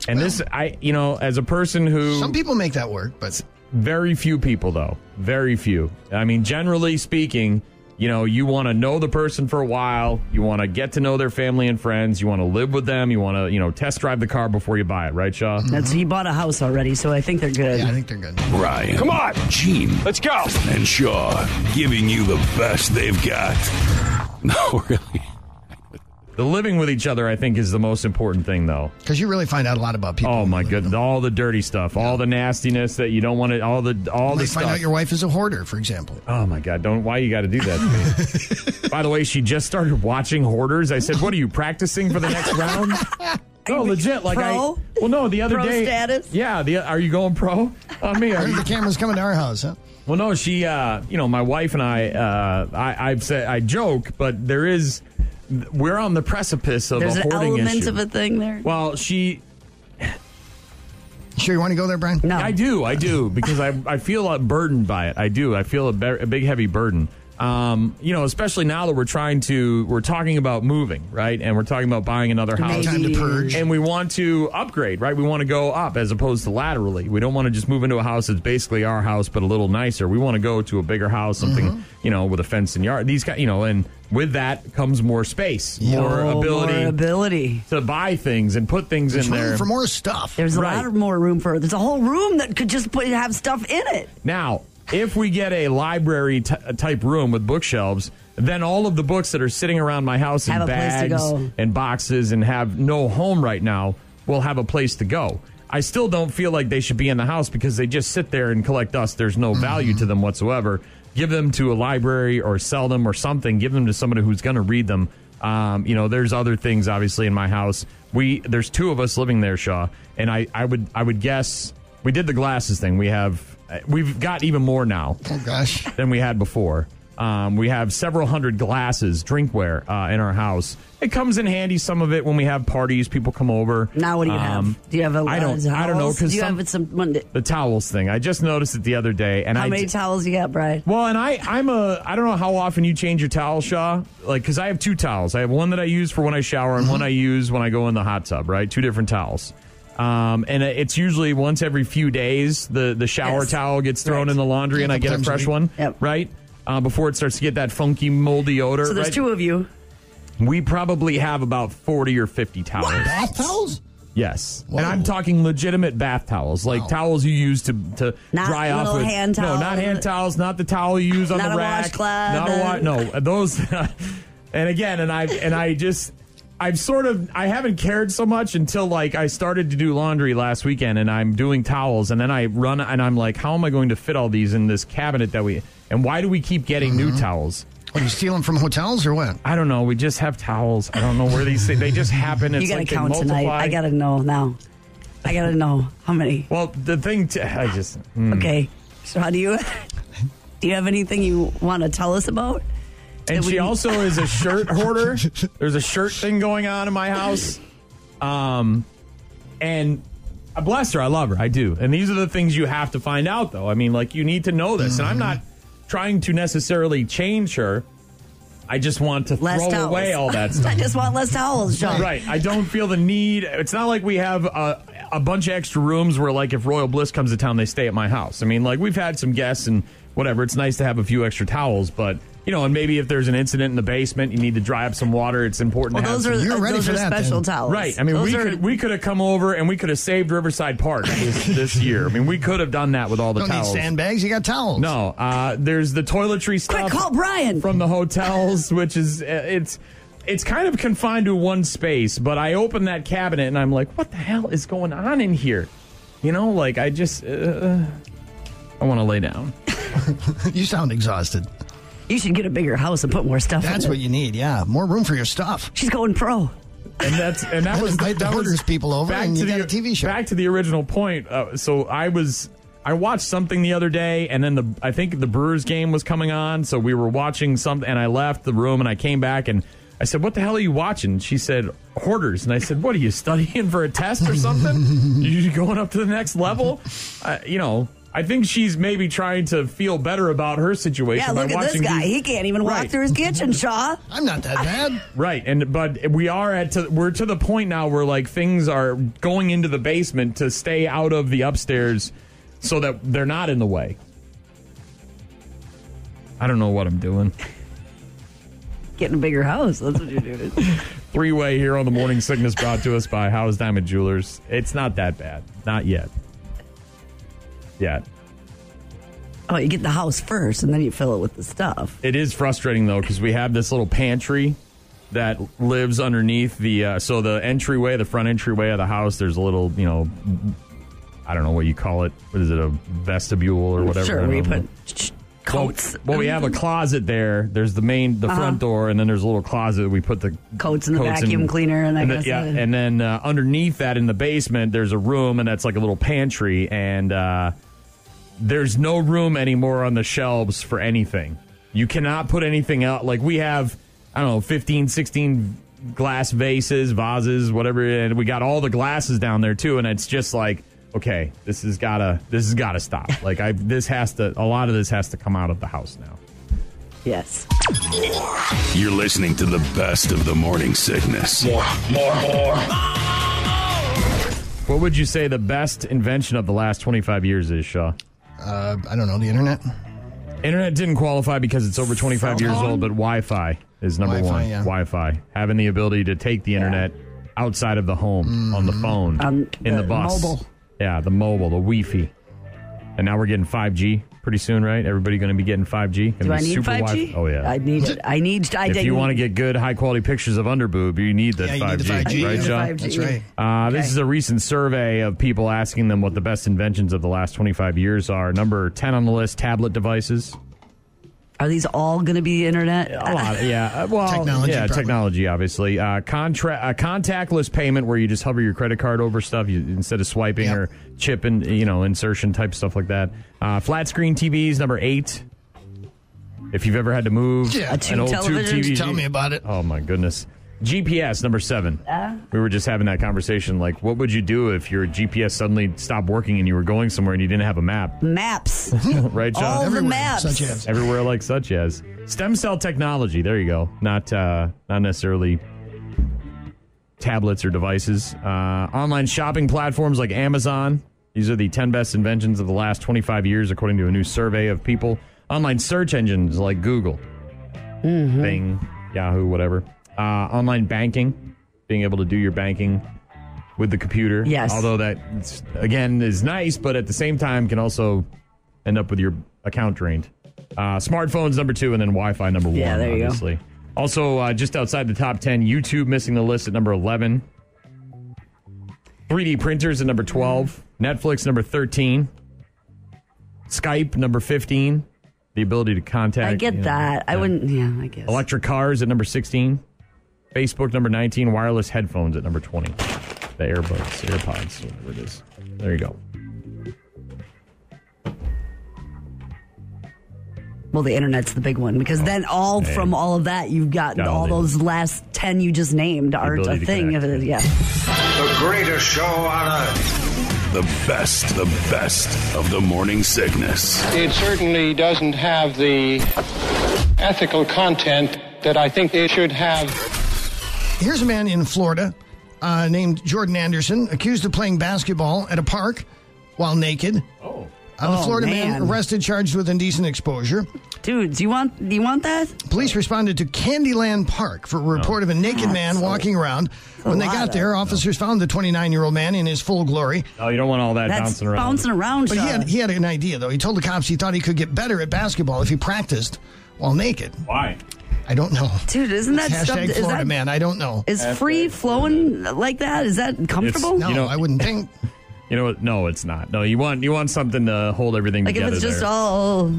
Speaker 7: And this, I, you know, as a person who
Speaker 5: Some people make that work, but
Speaker 7: Very few people, though. Very few. I mean, generally speaking, you know, you want to know the person for a while. You want to get to know their family and friends. You want to live with them. You want to, you know, test drive the car before you buy it, right, Shaw?
Speaker 8: That's he bought a house already, so I think they're good.
Speaker 5: yeah, I think they're good.
Speaker 4: Ryan. Come on. Gene.
Speaker 1: Let's go.
Speaker 4: And Shaw giving you the best they've got. No, really.
Speaker 7: The living with each other, I think, is the most important thing, though.
Speaker 5: Because you really find out a lot about people.
Speaker 7: Oh my goodness, all the dirty stuff, all the nastiness that you don't want to, all the all the
Speaker 5: You might
Speaker 7: Oh, stuff.
Speaker 5: find out your wife is a hoarder, for example.
Speaker 7: Oh my God! Don't why you got to do that? to me? By the way, she just started watching Hoarders. I said, "What are you practicing for the next round?" No, Oh, legit. Like
Speaker 8: pro?
Speaker 7: I. Well, no. The other
Speaker 8: Pro
Speaker 7: day.
Speaker 8: status?
Speaker 7: Yeah. The, are you going pro? On me? Are
Speaker 5: Where
Speaker 7: you,
Speaker 5: are the cameras coming to our house, huh?
Speaker 7: well, no. She. Uh, you know, my wife and I. Uh, I. I've said I joke, but there is. We're on the precipice of
Speaker 8: There's
Speaker 7: a
Speaker 8: an
Speaker 7: hoarding
Speaker 8: element
Speaker 7: issue.
Speaker 8: of a thing there.
Speaker 7: well, she
Speaker 5: Sure, you want to go there, Brian?
Speaker 8: no,
Speaker 7: I do, I do, because I, I feel uh, burdened by it. I do. I feel a, be- a big heavy burden. Um, you know, especially now that we're trying to, we're talking about moving, right? And we're talking about buying another house.
Speaker 5: Time to
Speaker 8: Maybe.
Speaker 5: purge.
Speaker 7: And we want to upgrade, right? We want to go up as opposed to laterally. We don't want to just move into a house that's basically our house but a little nicer. We want to go to a bigger house, something
Speaker 5: Mm-hmm.
Speaker 7: you know, with a fence and yard. These kind, you know, and with that comes more space, more
Speaker 8: Oh,
Speaker 7: ability
Speaker 8: More ability.
Speaker 7: to buy things and put things in
Speaker 5: Room
Speaker 7: there.
Speaker 5: for more stuff.
Speaker 8: There's a
Speaker 7: Right.
Speaker 8: lot of more room for. There's a whole room that could just put have stuff in it.
Speaker 7: Now, if we get a library t- type room with bookshelves, then all of the books that are sitting around my house in
Speaker 8: Have a place to
Speaker 7: bags
Speaker 8: go.
Speaker 7: and boxes and have no home right now will have a place to go. I still don't feel like they should be in the house because they just sit there and collect dust. There's no value to them whatsoever. Give them to a library or sell them or something. Give them to somebody who's going to read them. Um, you know, there's other things obviously in my house. We there's two of us living there, Shaw, and I, I would I would guess we did the glasses thing. We have uh, we've got even more now
Speaker 5: Oh, gosh.
Speaker 7: than we had before. Um, we have several hundred glasses, drinkware uh, in our house. It comes in handy. Some of it when we have parties, people come over.
Speaker 8: Now what do you
Speaker 7: Um,
Speaker 8: have? Do you have a?
Speaker 7: I don't. I don't know
Speaker 8: towels?
Speaker 7: because
Speaker 8: Do you
Speaker 7: some
Speaker 8: have some. one-
Speaker 7: the towels thing. I just noticed it the other day, and
Speaker 8: How
Speaker 7: I
Speaker 8: many
Speaker 7: d-
Speaker 8: towels you got, Brian?
Speaker 7: well, and I I'm a I don't know how often you change your towel, Shaw. Like, because I have two towels. I have one that I use for when I shower, and one I use when I go in the hot tub. Right, two different towels. Um, and it's usually once every few days the the shower
Speaker 8: Yes.
Speaker 7: towel gets thrown
Speaker 8: Correct.
Speaker 7: in the laundry, and I get a
Speaker 5: Sometimes a
Speaker 7: fresh
Speaker 5: week.
Speaker 7: one.
Speaker 8: Yep.
Speaker 7: Right. Uh, before it starts to get that funky moldy odor,
Speaker 8: So there's
Speaker 7: right?
Speaker 8: two of you.
Speaker 7: we probably have about forty or fifty towels.
Speaker 5: Bath towels?
Speaker 7: Yes,
Speaker 5: Whoa.
Speaker 7: and I'm talking legitimate bath towels, like
Speaker 5: Wow.
Speaker 7: towels you use to to
Speaker 8: Not
Speaker 7: dry off
Speaker 8: little
Speaker 7: with.
Speaker 8: hand
Speaker 7: No,
Speaker 8: towels.
Speaker 7: not hand towels. Not the towel you use on
Speaker 8: Not
Speaker 7: the
Speaker 8: a
Speaker 7: rack.
Speaker 8: washcloth.
Speaker 7: Not a wa- No, those. and again, and I and I just. I've sort of I haven't cared so much until like I started to do laundry last weekend and I'm doing towels and then I run and I'm like how am I going to fit all these in this cabinet that we and why do we keep getting
Speaker 5: Mm-hmm.
Speaker 7: new towels?
Speaker 5: Are you stealing from hotels or what?
Speaker 7: I don't know, we just have towels. I don't know where these things they just happen. It's
Speaker 8: you gotta
Speaker 7: like they
Speaker 8: count tonight.
Speaker 7: multiply.
Speaker 8: I gotta know now. I gotta know how many.
Speaker 7: Well, the thing t- I just
Speaker 8: Okay. So how do you? Do you have anything you want to tell us about?
Speaker 7: And
Speaker 8: It
Speaker 7: she
Speaker 8: would-
Speaker 7: also is a shirt hoarder. There's a shirt thing going on in my house. Um, and I bless her. I love her. I do. And these are the things you have to find out, though. I mean, like, you need to know this. And I'm not trying to necessarily change her. I just want to
Speaker 8: Less
Speaker 7: throw
Speaker 8: towels.
Speaker 7: away all that
Speaker 8: I
Speaker 7: stuff.
Speaker 8: just want less towels, Sean.
Speaker 7: Right. I don't feel the need. It's not like we have a, a bunch of extra rooms where, like, if Royal Bliss comes to town, they stay at my house. I mean, like, we've had some guests and whatever. It's nice to have a few extra towels, but, you know, and maybe if there's an incident in the basement, you need to dry up some water. It's important
Speaker 8: Well,
Speaker 7: to have
Speaker 8: those
Speaker 7: some-
Speaker 8: are
Speaker 5: You're
Speaker 8: uh,
Speaker 5: ready
Speaker 8: those
Speaker 5: for
Speaker 8: are
Speaker 5: that,
Speaker 8: special
Speaker 5: then.
Speaker 8: towels.
Speaker 7: Right. I mean,
Speaker 8: Those
Speaker 7: we
Speaker 8: are-
Speaker 7: could we could have come over and we could have saved Riverside Park this, this year. I mean, we could have done that with all the
Speaker 5: Don't need
Speaker 7: towels.
Speaker 5: sandbags. You got towels.
Speaker 7: No, uh, there's the toiletry stuff.
Speaker 8: Quick, call Brian.
Speaker 7: uh, from the hotels, which is uh, it's it's kind of confined to one space. But I open that cabinet and I'm like, what the hell is going on in here? You know, like I just uh, I want to lay down.
Speaker 5: you sound exhausted.
Speaker 8: you should get a bigger house and put more stuff.
Speaker 5: That's
Speaker 8: in
Speaker 5: what
Speaker 8: it.
Speaker 5: you need. Yeah, more room for your stuff.
Speaker 8: She's going pro.
Speaker 7: and that's and that was
Speaker 5: Invite the
Speaker 7: that was-
Speaker 5: hoarders people over
Speaker 7: back
Speaker 5: and
Speaker 7: to
Speaker 5: you
Speaker 7: the
Speaker 5: got a TV show.
Speaker 7: Back to the original point. Uh, so I was I watched something the other day, and then the I think the Brewers game was coming on, so we were watching something, and I left the room and I came back and. I said, "What the hell are you watching?" She said, "Hoarders." And I said, "What are you studying for a test or something? you going up to the next level?" Uh, you know, I think she's maybe trying to feel better about her situation
Speaker 8: Yeah,
Speaker 7: by
Speaker 8: look at this
Speaker 7: watching
Speaker 8: guy.
Speaker 7: these-
Speaker 8: He can't even
Speaker 7: Right.
Speaker 8: walk through his kitchen, Shaw.
Speaker 5: I'm not that bad.
Speaker 7: Right, and but we are at to, we're to the point now where like things are going into the basement to stay out of the upstairs, so that they're not in the way. I don't know what I'm doing.
Speaker 8: Getting a bigger house. That's what you're doing.
Speaker 7: Three way here on the morning sickness brought to us by How's Diamond Jewelers. It's not that bad, not yet. Yet
Speaker 8: oh, you get the house first, and then you fill it with the stuff.
Speaker 7: it is frustrating though because we have this little pantry that lives underneath the uh, so the entryway, the front entryway of the house. There's a little you know I don't know what you call it. What is it? A vestibule or whatever? I
Speaker 8: Sure,
Speaker 7: don't
Speaker 8: where you
Speaker 7: know.
Speaker 8: put sh-
Speaker 7: Well,
Speaker 8: coats.
Speaker 7: well, we have a closet there. There's the main,
Speaker 8: Uh-huh.
Speaker 7: the front door, and then there's a little closet. We put the
Speaker 8: Coats and the vacuum cleaner and that
Speaker 7: the-
Speaker 8: kind of
Speaker 7: yeah,
Speaker 8: stuff.
Speaker 7: and then uh, underneath that in the basement, there's a room, and that's like a little pantry. And uh, there's no room anymore on the shelves for anything. You cannot put anything out. Like we have, I don't know, 15, 16 glass vases, vases, whatever, and we got all the glasses down there too. And it's just like, okay, this has gotta, this has gotta stop. Like I, this has to, a lot of this has to come out of the house now.
Speaker 8: Yes.
Speaker 4: You're listening to the best of the morning sickness.
Speaker 3: More, more, more.
Speaker 7: What would you say the best invention of the last 25 years is, Shaw?
Speaker 5: Uh, I don't know the internet.
Speaker 7: Internet didn't qualify because it's over 25 years old, but Wi Fi is number
Speaker 5: Wi-Fi,
Speaker 7: one.
Speaker 5: yeah.
Speaker 7: Wi Fi. Having the ability to take the internet outside of the home,
Speaker 5: Mm.
Speaker 7: on the phone,
Speaker 8: Um,
Speaker 7: in the,
Speaker 8: the
Speaker 7: bus.
Speaker 8: mobile.
Speaker 7: Yeah, the mobile, the Wi Fi. And now we're getting 5G pretty soon, right? Everybody going to be getting 5G?
Speaker 8: Do
Speaker 7: Gonna
Speaker 8: I
Speaker 7: be
Speaker 8: need
Speaker 7: super
Speaker 8: 5G?
Speaker 7: Wi-Fi. Oh, yeah.
Speaker 8: I need it. I need. I
Speaker 7: if
Speaker 8: I
Speaker 7: you
Speaker 8: need-
Speaker 7: want to get good, high quality pictures of underboob, you need that
Speaker 5: Yeah, you need the 5G,
Speaker 7: right,
Speaker 5: yeah.
Speaker 7: Shaw?
Speaker 8: Five G.
Speaker 5: That's right.
Speaker 7: Uh, This is a recent survey of people asking them what the best inventions of the last 25 years are. Number 10 on the list, tablet devices.
Speaker 8: Are these all going to be internet?
Speaker 7: A lot, yeah. Uh, Well,
Speaker 5: Technology,
Speaker 7: yeah,
Speaker 5: probably.
Speaker 7: technology, obviously. Uh, contra- uh, contactless payment, where you just hover your credit card over stuff you, instead of swiping
Speaker 5: Yep.
Speaker 7: or chip and you know insertion type stuff like that. Uh, flat screen TVs, number eight. If you've ever had to move
Speaker 5: Yeah. A
Speaker 7: an
Speaker 5: tube
Speaker 7: old
Speaker 8: television?
Speaker 7: tube TV,
Speaker 5: Tell me about it.
Speaker 7: Oh my goodness. GPS number seven. we were just having that conversation. Like, what would you do if your GPS suddenly stopped working and you were going somewhere and you didn't have a map?
Speaker 8: Maps.
Speaker 7: Right, John?
Speaker 8: All the
Speaker 5: Everywhere,
Speaker 8: maps.
Speaker 5: such as.
Speaker 7: everywhere like such as stem cell technology there you go not uh, not necessarily tablets or devices uh, online shopping platforms like amazon these are the 10 best inventions of the last 25 years according to a new survey of people online search engines like google bing yahoo whatever uh, online banking being able to do your banking with the computer
Speaker 8: Yes.
Speaker 7: although that again is nice but at the same time can also end up with your account drained. Uh, smartphones number two, and then Wi-Fi number one.
Speaker 8: Yeah, there you go.
Speaker 7: obviously. Also, uh, just outside the top ten, YouTube missing the list at number eleven. 3D printers at number twelve. Netflix number thirteen. Skype number fifteen. The ability to contact.
Speaker 8: I get
Speaker 7: you know,
Speaker 8: that. I
Speaker 7: yeah.
Speaker 8: wouldn't. Yeah, I guess.
Speaker 7: Electric cars at number sixteen. Facebook number nineteen. Wireless headphones at number twenty. The Airbuds, AirPods, whatever it is. There you go.
Speaker 8: well, the internet's the big one
Speaker 7: Oh,
Speaker 8: because then all
Speaker 7: man.
Speaker 8: from all of that you've got
Speaker 7: Dialed
Speaker 8: all
Speaker 7: in.
Speaker 8: those last ten you just named are a
Speaker 7: ability to
Speaker 8: thing.
Speaker 7: connect,
Speaker 8: If it-
Speaker 7: yeah.
Speaker 8: yeah.
Speaker 3: The greatest show on earth.
Speaker 4: The best, the best of the morning sickness.
Speaker 1: It certainly doesn't have the ethical content that I think it should have.
Speaker 5: Here's a man in Florida uh, named Jordan Anderson, accused of playing basketball at a park while naked. Oh. the
Speaker 8: Oh,
Speaker 5: Florida man.
Speaker 8: man.
Speaker 5: arrested, charged with indecent exposure.
Speaker 8: Dude, do you want do you want that?
Speaker 5: Police responded to Candyland Park for a
Speaker 7: Oh.
Speaker 5: report of a naked man walking around. When they
Speaker 8: lot
Speaker 5: got
Speaker 8: of-
Speaker 5: there, officers found the 29 year old man in his full glory.
Speaker 7: Oh, you don't want all that
Speaker 8: That's
Speaker 7: bouncing around.
Speaker 8: around.
Speaker 5: But he
Speaker 8: Sean.
Speaker 5: had, he had an idea, though. He told the cops he thought he could get better at basketball if he practiced while naked.
Speaker 7: Why?
Speaker 5: I don't know.
Speaker 8: Dude, isn't that
Speaker 5: Hashtag
Speaker 8: stuff? Is
Speaker 5: Florida
Speaker 8: that
Speaker 5: man. I don't know.
Speaker 8: is free flowing like that? Is that comfortable?
Speaker 5: No,
Speaker 7: You know-
Speaker 5: I wouldn't think.
Speaker 7: You know what? No, it's not. No, you want you want something to hold everything
Speaker 8: like if
Speaker 7: together.
Speaker 8: it's just
Speaker 7: there.
Speaker 8: all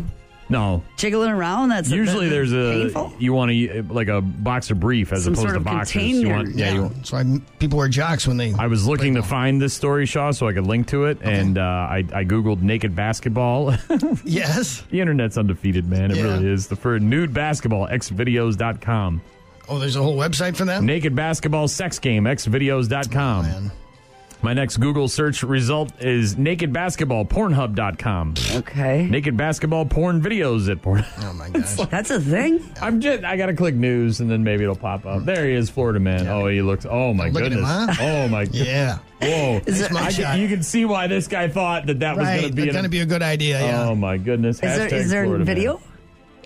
Speaker 7: no.
Speaker 8: jiggling around, that's
Speaker 7: Usually
Speaker 8: that-
Speaker 7: there's a
Speaker 8: painful?
Speaker 7: you want a like a boxer brief as
Speaker 8: Some
Speaker 7: opposed
Speaker 8: sort
Speaker 7: to
Speaker 8: of
Speaker 7: boxers. You
Speaker 8: container.
Speaker 7: want,
Speaker 5: Yeah.
Speaker 7: yeah. you-
Speaker 5: so I, people wear jocks when they.
Speaker 7: I was looking to find this story, Shaw, so I could link to it, and uh, I I googled naked basketball.
Speaker 5: Yes.
Speaker 7: the internet's undefeated, man. It
Speaker 5: Yeah.
Speaker 7: really is. The for nude basketball xvideos.com.
Speaker 5: Oh, there's a whole website for that?
Speaker 7: Naked basketball sex game xvideos.com.
Speaker 5: Man.
Speaker 7: My next Google search result is naked basketball pornhub.com.
Speaker 8: okay.
Speaker 7: naked basketball porn videos at porn.
Speaker 5: Oh, my gosh.
Speaker 8: That's a thing.
Speaker 7: I'm just. I gotta click news, and then maybe it'll pop
Speaker 5: Hmm.
Speaker 7: up. There he is, Florida man. Oh, he looks. Oh my
Speaker 5: Look at him,
Speaker 7: goodness.
Speaker 5: huh?
Speaker 7: Oh my. god.
Speaker 5: yeah.
Speaker 7: Whoa.
Speaker 8: Is
Speaker 5: That's
Speaker 8: there-
Speaker 5: my
Speaker 7: I
Speaker 5: shot.
Speaker 7: can, you can see why this guy thought that that was
Speaker 5: right.
Speaker 7: gonna be.
Speaker 5: That's going to be a good idea. Yeah.
Speaker 7: Oh my goodness.
Speaker 8: Is there
Speaker 7: Hashtag
Speaker 8: is there
Speaker 7: Florida man.
Speaker 8: video?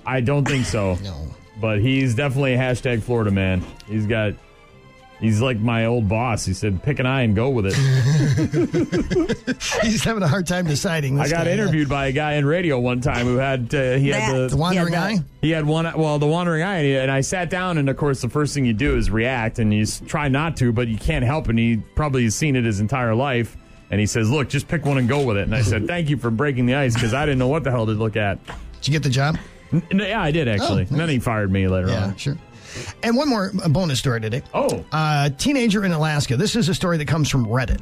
Speaker 7: I don't think so.
Speaker 5: No.
Speaker 7: But he's definitely hashtag Florida man. He's got. He's like my old boss. He said, "Pick an eye and go with it."
Speaker 5: He's having a hard time deciding.
Speaker 7: I
Speaker 5: this
Speaker 7: got
Speaker 5: guy, yeah.
Speaker 7: interviewed by a guy in radio one time who had uh, he had
Speaker 8: That.
Speaker 5: The Wandering
Speaker 8: Yeah, that-
Speaker 5: Eye?
Speaker 7: He had one, well, the wandering eye, and I sat down, and of course, the first thing you do is react, and you s- try not to, but you can't help, and he probably has seen it his entire life. And he says, "Look, just pick one and go with it." And I said, "Thank you for breaking the ice because I didn't know what the hell to look at."
Speaker 5: Did you get the job?
Speaker 7: N- n- yeah, I did actually.
Speaker 5: Oh,
Speaker 7: And then he fired me later
Speaker 5: Yeah,
Speaker 7: on.
Speaker 5: sure. And one more uh, bonus story today.
Speaker 7: Oh,
Speaker 5: Uh, teenager in Alaska. This is a story that comes from Reddit.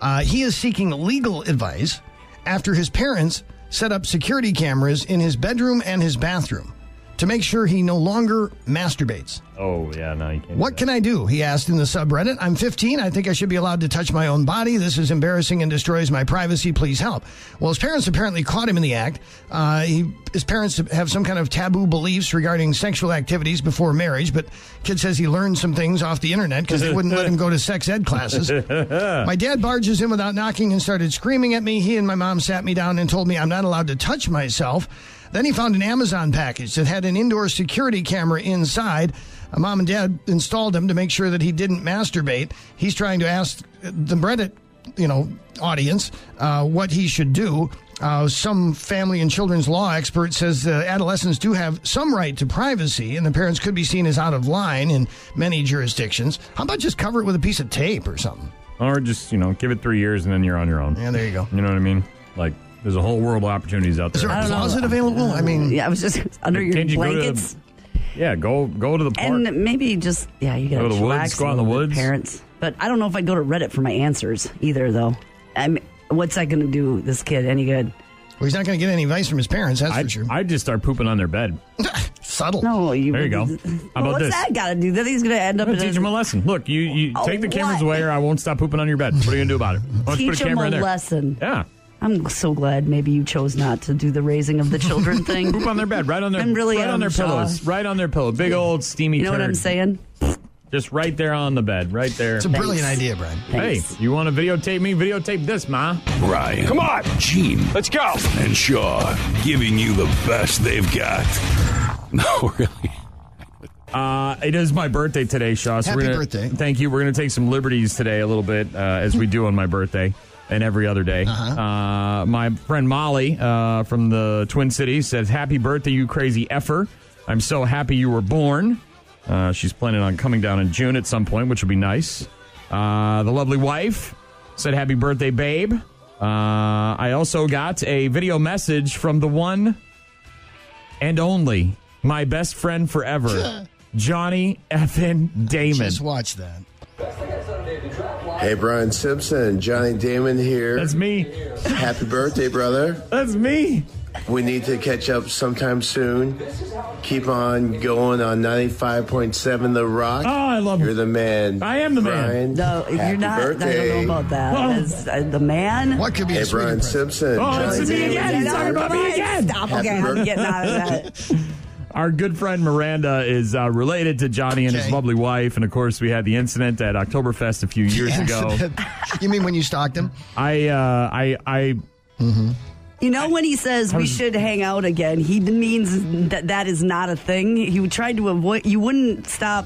Speaker 5: Uh, he is seeking legal advice after his parents set up security cameras in his bedroom and his bathroom to make sure he no longer masturbates.
Speaker 7: oh, yeah. No, you can't.
Speaker 5: What can I do? He asked in the subreddit. I'm 15. I think I should be allowed to touch my own body. This is embarrassing and destroys my privacy. Please help. Well, his parents apparently caught him in the act. Uh, he, his parents have some kind of taboo beliefs regarding sexual activities before marriage, but kid says he learned some things off the internet because they wouldn't let him go to sex ed classes. my dad barges in without knocking and started screaming at me. He and my mom sat me down and told me I'm not allowed to touch myself. Then he found an Amazon package that had an indoor security camera inside. Uh, Mom and dad installed him to make sure that he didn't masturbate. He's trying to ask the Reddit, you know, audience uh, what he should do. Uh, some family and children's law expert says uh, adolescents do have some right to privacy, and the parents could be seen as out of line in many jurisdictions. How about just cover it with a piece of tape or something?
Speaker 7: Or just you know, give it three years, and then you're on your own.
Speaker 5: Yeah, there you go.
Speaker 7: You know what I mean? Like, there's a whole world of opportunities out
Speaker 5: Is
Speaker 7: there.
Speaker 5: there a
Speaker 8: don't know.
Speaker 5: closet available? I mean,
Speaker 8: Yeah, I was just under your
Speaker 7: Can't you go to the
Speaker 8: blankets
Speaker 7: yeah, go go to the park.
Speaker 8: and maybe just yeah, you
Speaker 7: Go
Speaker 8: gotta
Speaker 7: to the woods,
Speaker 8: relax
Speaker 7: go out in
Speaker 8: a
Speaker 7: the
Speaker 8: little bit,
Speaker 7: woods.
Speaker 8: Parents, but I don't know if I'd go to Reddit for my answers either, though. I'm what's that gonna do this kid any good?
Speaker 5: Well, he's not going to get any advice from his parents, that's
Speaker 7: I'd,
Speaker 5: for sure.
Speaker 7: I'd just start pooping on their bed.
Speaker 5: Subtle.
Speaker 8: No, you.
Speaker 7: There you go. How about
Speaker 8: what's
Speaker 7: this?
Speaker 8: that got to do? That he's going to end up
Speaker 7: I'm
Speaker 8: in
Speaker 7: gonna teach
Speaker 8: a,
Speaker 7: them a lesson. Look, you, you
Speaker 8: Oh,
Speaker 7: take the cameras
Speaker 8: what?
Speaker 7: away, or I won't stop pooping on your bed. What are you gonna do about it? Let's
Speaker 8: Teach
Speaker 7: put a
Speaker 8: them
Speaker 7: camera
Speaker 8: a
Speaker 7: in there.
Speaker 8: lesson.
Speaker 7: Yeah,
Speaker 8: I'm so glad maybe you chose not to do the raising of the children thing.
Speaker 7: poop on their bed, right on their,
Speaker 8: I'm really
Speaker 7: right on their
Speaker 8: Adam Shaw.
Speaker 7: pillows, right on their pillow. Big old steamy.
Speaker 8: You know what
Speaker 7: turd.
Speaker 8: I'm saying?
Speaker 7: Just right there on the bed, right there.
Speaker 5: It's a brilliant idea, Brian.
Speaker 7: Hey,
Speaker 8: Thanks.
Speaker 7: you want to videotape me? Videotape this, ma.
Speaker 4: Ryan. Come on. Gene. Let's go. And Shaw giving you the best they've got. No, really.
Speaker 7: Uh, it is my birthday today, Shaw. So
Speaker 5: Happy
Speaker 7: we're gonna,
Speaker 5: birthday.
Speaker 7: Thank you. We're going to take some liberties today a little bit, uh, as we do on my birthday and every other day.
Speaker 5: Uh-huh.
Speaker 7: Uh, my friend Molly uh, from the Twin Cities says, Happy birthday, you crazy effer. I'm so happy you were born. Uh, she's planning on coming down in June at some point, which would be nice. Uh, the lovely wife said, Happy birthday, babe. Uh, I also got a video message from the one and only my best friend forever, Johnny Effin Damon.
Speaker 5: Just watch that.
Speaker 9: Hey, Brian Simpson, Johnny Damon here.
Speaker 7: That's me.
Speaker 9: Happy birthday, brother.
Speaker 7: That's me.
Speaker 9: We need to catch up sometime soon. Keep on going on 95.7 The Rock.
Speaker 7: Oh, I love
Speaker 9: You're
Speaker 7: it.
Speaker 9: the man.
Speaker 7: I am the man.
Speaker 9: Brian,
Speaker 8: No, if
Speaker 9: happy
Speaker 8: you're not. I
Speaker 9: birthday.
Speaker 8: don't know about that.
Speaker 7: Oh.
Speaker 8: As, uh, the man.
Speaker 5: What could be
Speaker 9: Hey,
Speaker 5: a sweeter
Speaker 9: Brian
Speaker 5: present?
Speaker 9: Simpson.
Speaker 7: Oh, it's
Speaker 9: Johnny
Speaker 7: me
Speaker 9: Damon.
Speaker 7: again. He's
Speaker 8: No,
Speaker 7: talking about me again.
Speaker 8: Stop. Okay,
Speaker 9: Happy
Speaker 8: I'm
Speaker 9: birthday.
Speaker 8: getting out of that.
Speaker 7: Our good friend Miranda is uh, related to Johnny and his
Speaker 5: Okay.
Speaker 7: lovely wife. And of course, we had the incident at Oktoberfest a few years ago.
Speaker 5: you mean when you stalked him?
Speaker 7: I, uh, I, I,
Speaker 8: You know when he says we should hang out again, he means that that is not a thing. He tried to avoid. You wouldn't stop.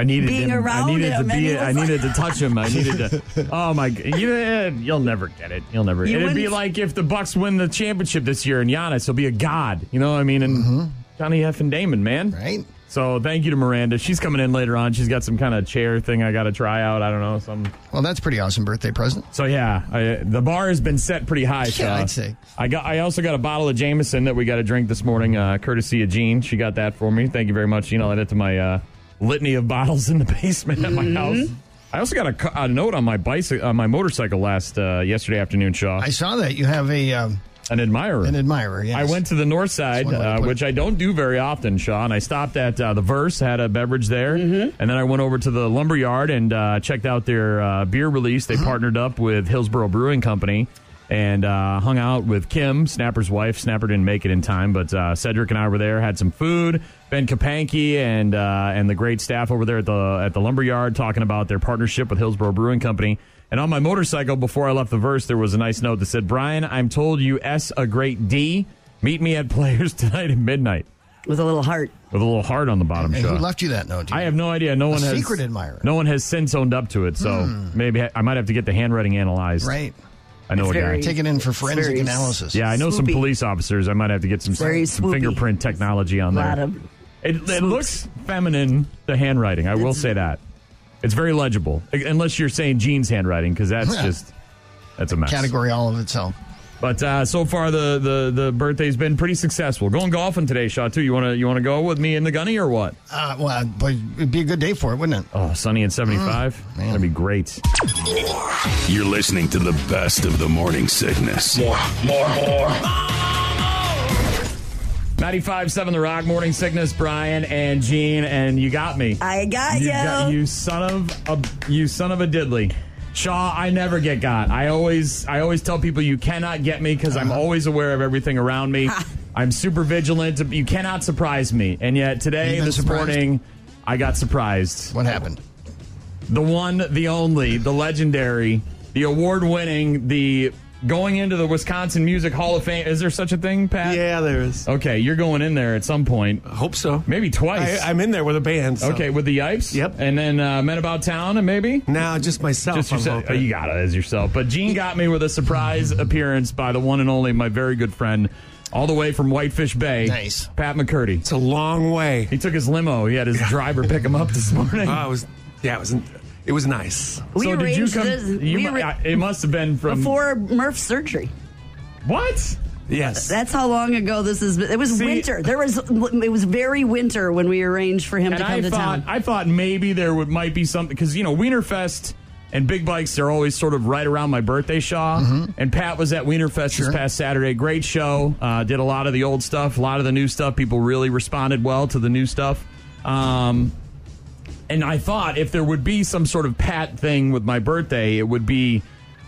Speaker 7: I needed
Speaker 8: Being
Speaker 7: him. I
Speaker 8: around
Speaker 7: needed
Speaker 8: him,
Speaker 7: to
Speaker 8: and he
Speaker 7: be.
Speaker 8: was
Speaker 7: I
Speaker 8: like-
Speaker 7: needed to touch him. I needed to. Oh my! g- You, eh, you'll never get it. You'll never.
Speaker 8: You
Speaker 7: it'd be
Speaker 8: wouldn't-
Speaker 7: like if the Bucks win the championship this year, and Giannis will be a god. You know what I mean? And
Speaker 8: Mm-hmm.
Speaker 7: Johnny F and Damon, man.
Speaker 5: Right?
Speaker 7: So thank you to Miranda. She's coming in later on. She's got some kind of chair thing I got to try out. I don't know. Some.
Speaker 5: Well, that's pretty awesome birthday present.
Speaker 7: So yeah, I, the bar has been set pretty high.
Speaker 5: Yeah,
Speaker 7: Shaw.
Speaker 5: I'd say.
Speaker 7: I got. I also got a bottle of Jameson that we got to drink this morning, uh, courtesy of Jean. She got that for me. Thank you very much, Jean. I'll add it to my uh, litany of bottles in the basement at
Speaker 5: Mm-hmm.
Speaker 7: my house. I also got a, co- a note on my bicycle, on my motorcycle last uh, yesterday afternoon, Shaw.
Speaker 5: I saw that you have a um,
Speaker 7: an admirer.
Speaker 5: an admirer. Yes.
Speaker 7: I went to the north side,
Speaker 5: That's one way to
Speaker 7: uh,
Speaker 5: put it.
Speaker 7: which I don't do very often, Sean. I stopped at uh, the Verse, had a beverage there, and then I went over to the lumber yard and uh, checked out their uh, beer release. They partnered up with Hillsboro Brewing Company and uh, hung out with Kim, Snapper's wife. Snapper didn't make it in time, but uh, Cedric and I were there, had some food. Ben Kapanke and uh, and the great staff over there at the at the lumber yard talking about their partnership with Hillsboro Brewing Company. And on my motorcycle, before I left the verse, there was a nice note that said, "Brian, I'm told you s a great D. Meet me at Players tonight at midnight."
Speaker 8: With a little heart.
Speaker 7: With a little heart on the bottom.
Speaker 5: And
Speaker 7: Shaw.
Speaker 5: who left you that note?
Speaker 7: I have no idea. No one has
Speaker 5: secret admirer. Hmm.
Speaker 7: No one has since owned up to it, so maybe I might have to get the handwriting analyzed.
Speaker 5: Right.
Speaker 7: I know
Speaker 8: It's
Speaker 7: a guy.
Speaker 8: very-
Speaker 5: Take it in for forensic
Speaker 8: Very-
Speaker 5: analysis.
Speaker 7: Yeah, I know some
Speaker 8: Swoopy.
Speaker 7: police officers. I might have to get some,
Speaker 8: Very
Speaker 7: some
Speaker 8: swoopy.
Speaker 7: fingerprint technology on
Speaker 8: Lot
Speaker 7: there.
Speaker 8: of
Speaker 7: it it looks feminine, the handwriting. I will say that. It's very legible, u- unless you're saying Gene's handwriting, because that's
Speaker 5: Yeah.
Speaker 7: just that's a mess.
Speaker 5: Category all of itself.
Speaker 7: But uh, so far, the, the the birthday's been pretty successful. Going golfing today, Shaw. Too. You wanna you wanna go with me in the gunny or what?
Speaker 5: Uh, well, but it'd be a good day for it, wouldn't it?
Speaker 7: Oh, sunny and seventy five.
Speaker 5: Mm,
Speaker 7: That'd be great.
Speaker 4: You're listening to the best of the morning sickness.
Speaker 3: More, more, more.
Speaker 7: 95.7 The Rock, Morning Sickness, Brian and Gene, and you got me.
Speaker 8: I got
Speaker 7: you,
Speaker 8: you.
Speaker 7: got- you son of a you son of a diddly. Shaw, I never get got. I always I always tell people you cannot get me because
Speaker 5: Uh-huh.
Speaker 7: I'm always aware of everything around me. I'm super vigilant. You cannot surprise me. And yet today,
Speaker 5: You've been
Speaker 7: this
Speaker 5: surprised?
Speaker 7: morning, I got surprised.
Speaker 5: What happened?
Speaker 7: The one, the only, the legendary, the award winning, the going into the Wisconsin Music Hall of Fame. Is there such a thing, Pat?
Speaker 10: Yeah, there is.
Speaker 7: Okay, you're going in there at some point.
Speaker 10: Hope so.
Speaker 7: Maybe twice.
Speaker 10: I, I'm in there with a band. so-
Speaker 7: Okay, with the Yipes.
Speaker 10: Yep.
Speaker 7: And then uh, Men About Town, and maybe
Speaker 10: Now, just myself.
Speaker 7: just
Speaker 10: I'm
Speaker 7: yourself.
Speaker 10: hoping.
Speaker 7: you got it as yourself. But Gene got me with a surprise
Speaker 10: Mm-hmm.
Speaker 7: appearance by the one and only, my very good friend, all the way from Whitefish Bay.
Speaker 5: Nice.
Speaker 7: Pat McCurdy.
Speaker 10: It's a long way.
Speaker 7: He took his limo. He had his driver pick him up this morning.
Speaker 10: Oh, it was. Yeah, it was. It was nice.
Speaker 8: we
Speaker 7: so did
Speaker 8: arranged
Speaker 7: you come?
Speaker 8: this.
Speaker 7: you
Speaker 8: we
Speaker 7: mu-
Speaker 8: arra-
Speaker 7: I- it must have been from
Speaker 8: before Murph's surgery.
Speaker 7: what?
Speaker 10: Yes.
Speaker 8: That's how long ago this is. It was
Speaker 7: See-
Speaker 8: winter. There was it was very winter when we arranged for him
Speaker 7: And
Speaker 8: to come
Speaker 7: I
Speaker 8: to
Speaker 7: thought
Speaker 8: town.
Speaker 7: I thought maybe there would might be something because you know Wienerfest And big bikes, they're always sort of right around my birthday, Shaw.
Speaker 5: Mm-hmm.
Speaker 7: And Pat was at Wienerfest this past Saturday. Great show. Uh, did a lot of the old stuff, a lot of the new stuff. People really responded well to the new stuff. Um, and I thought if there would be some sort of Pat thing with my birthday, it would be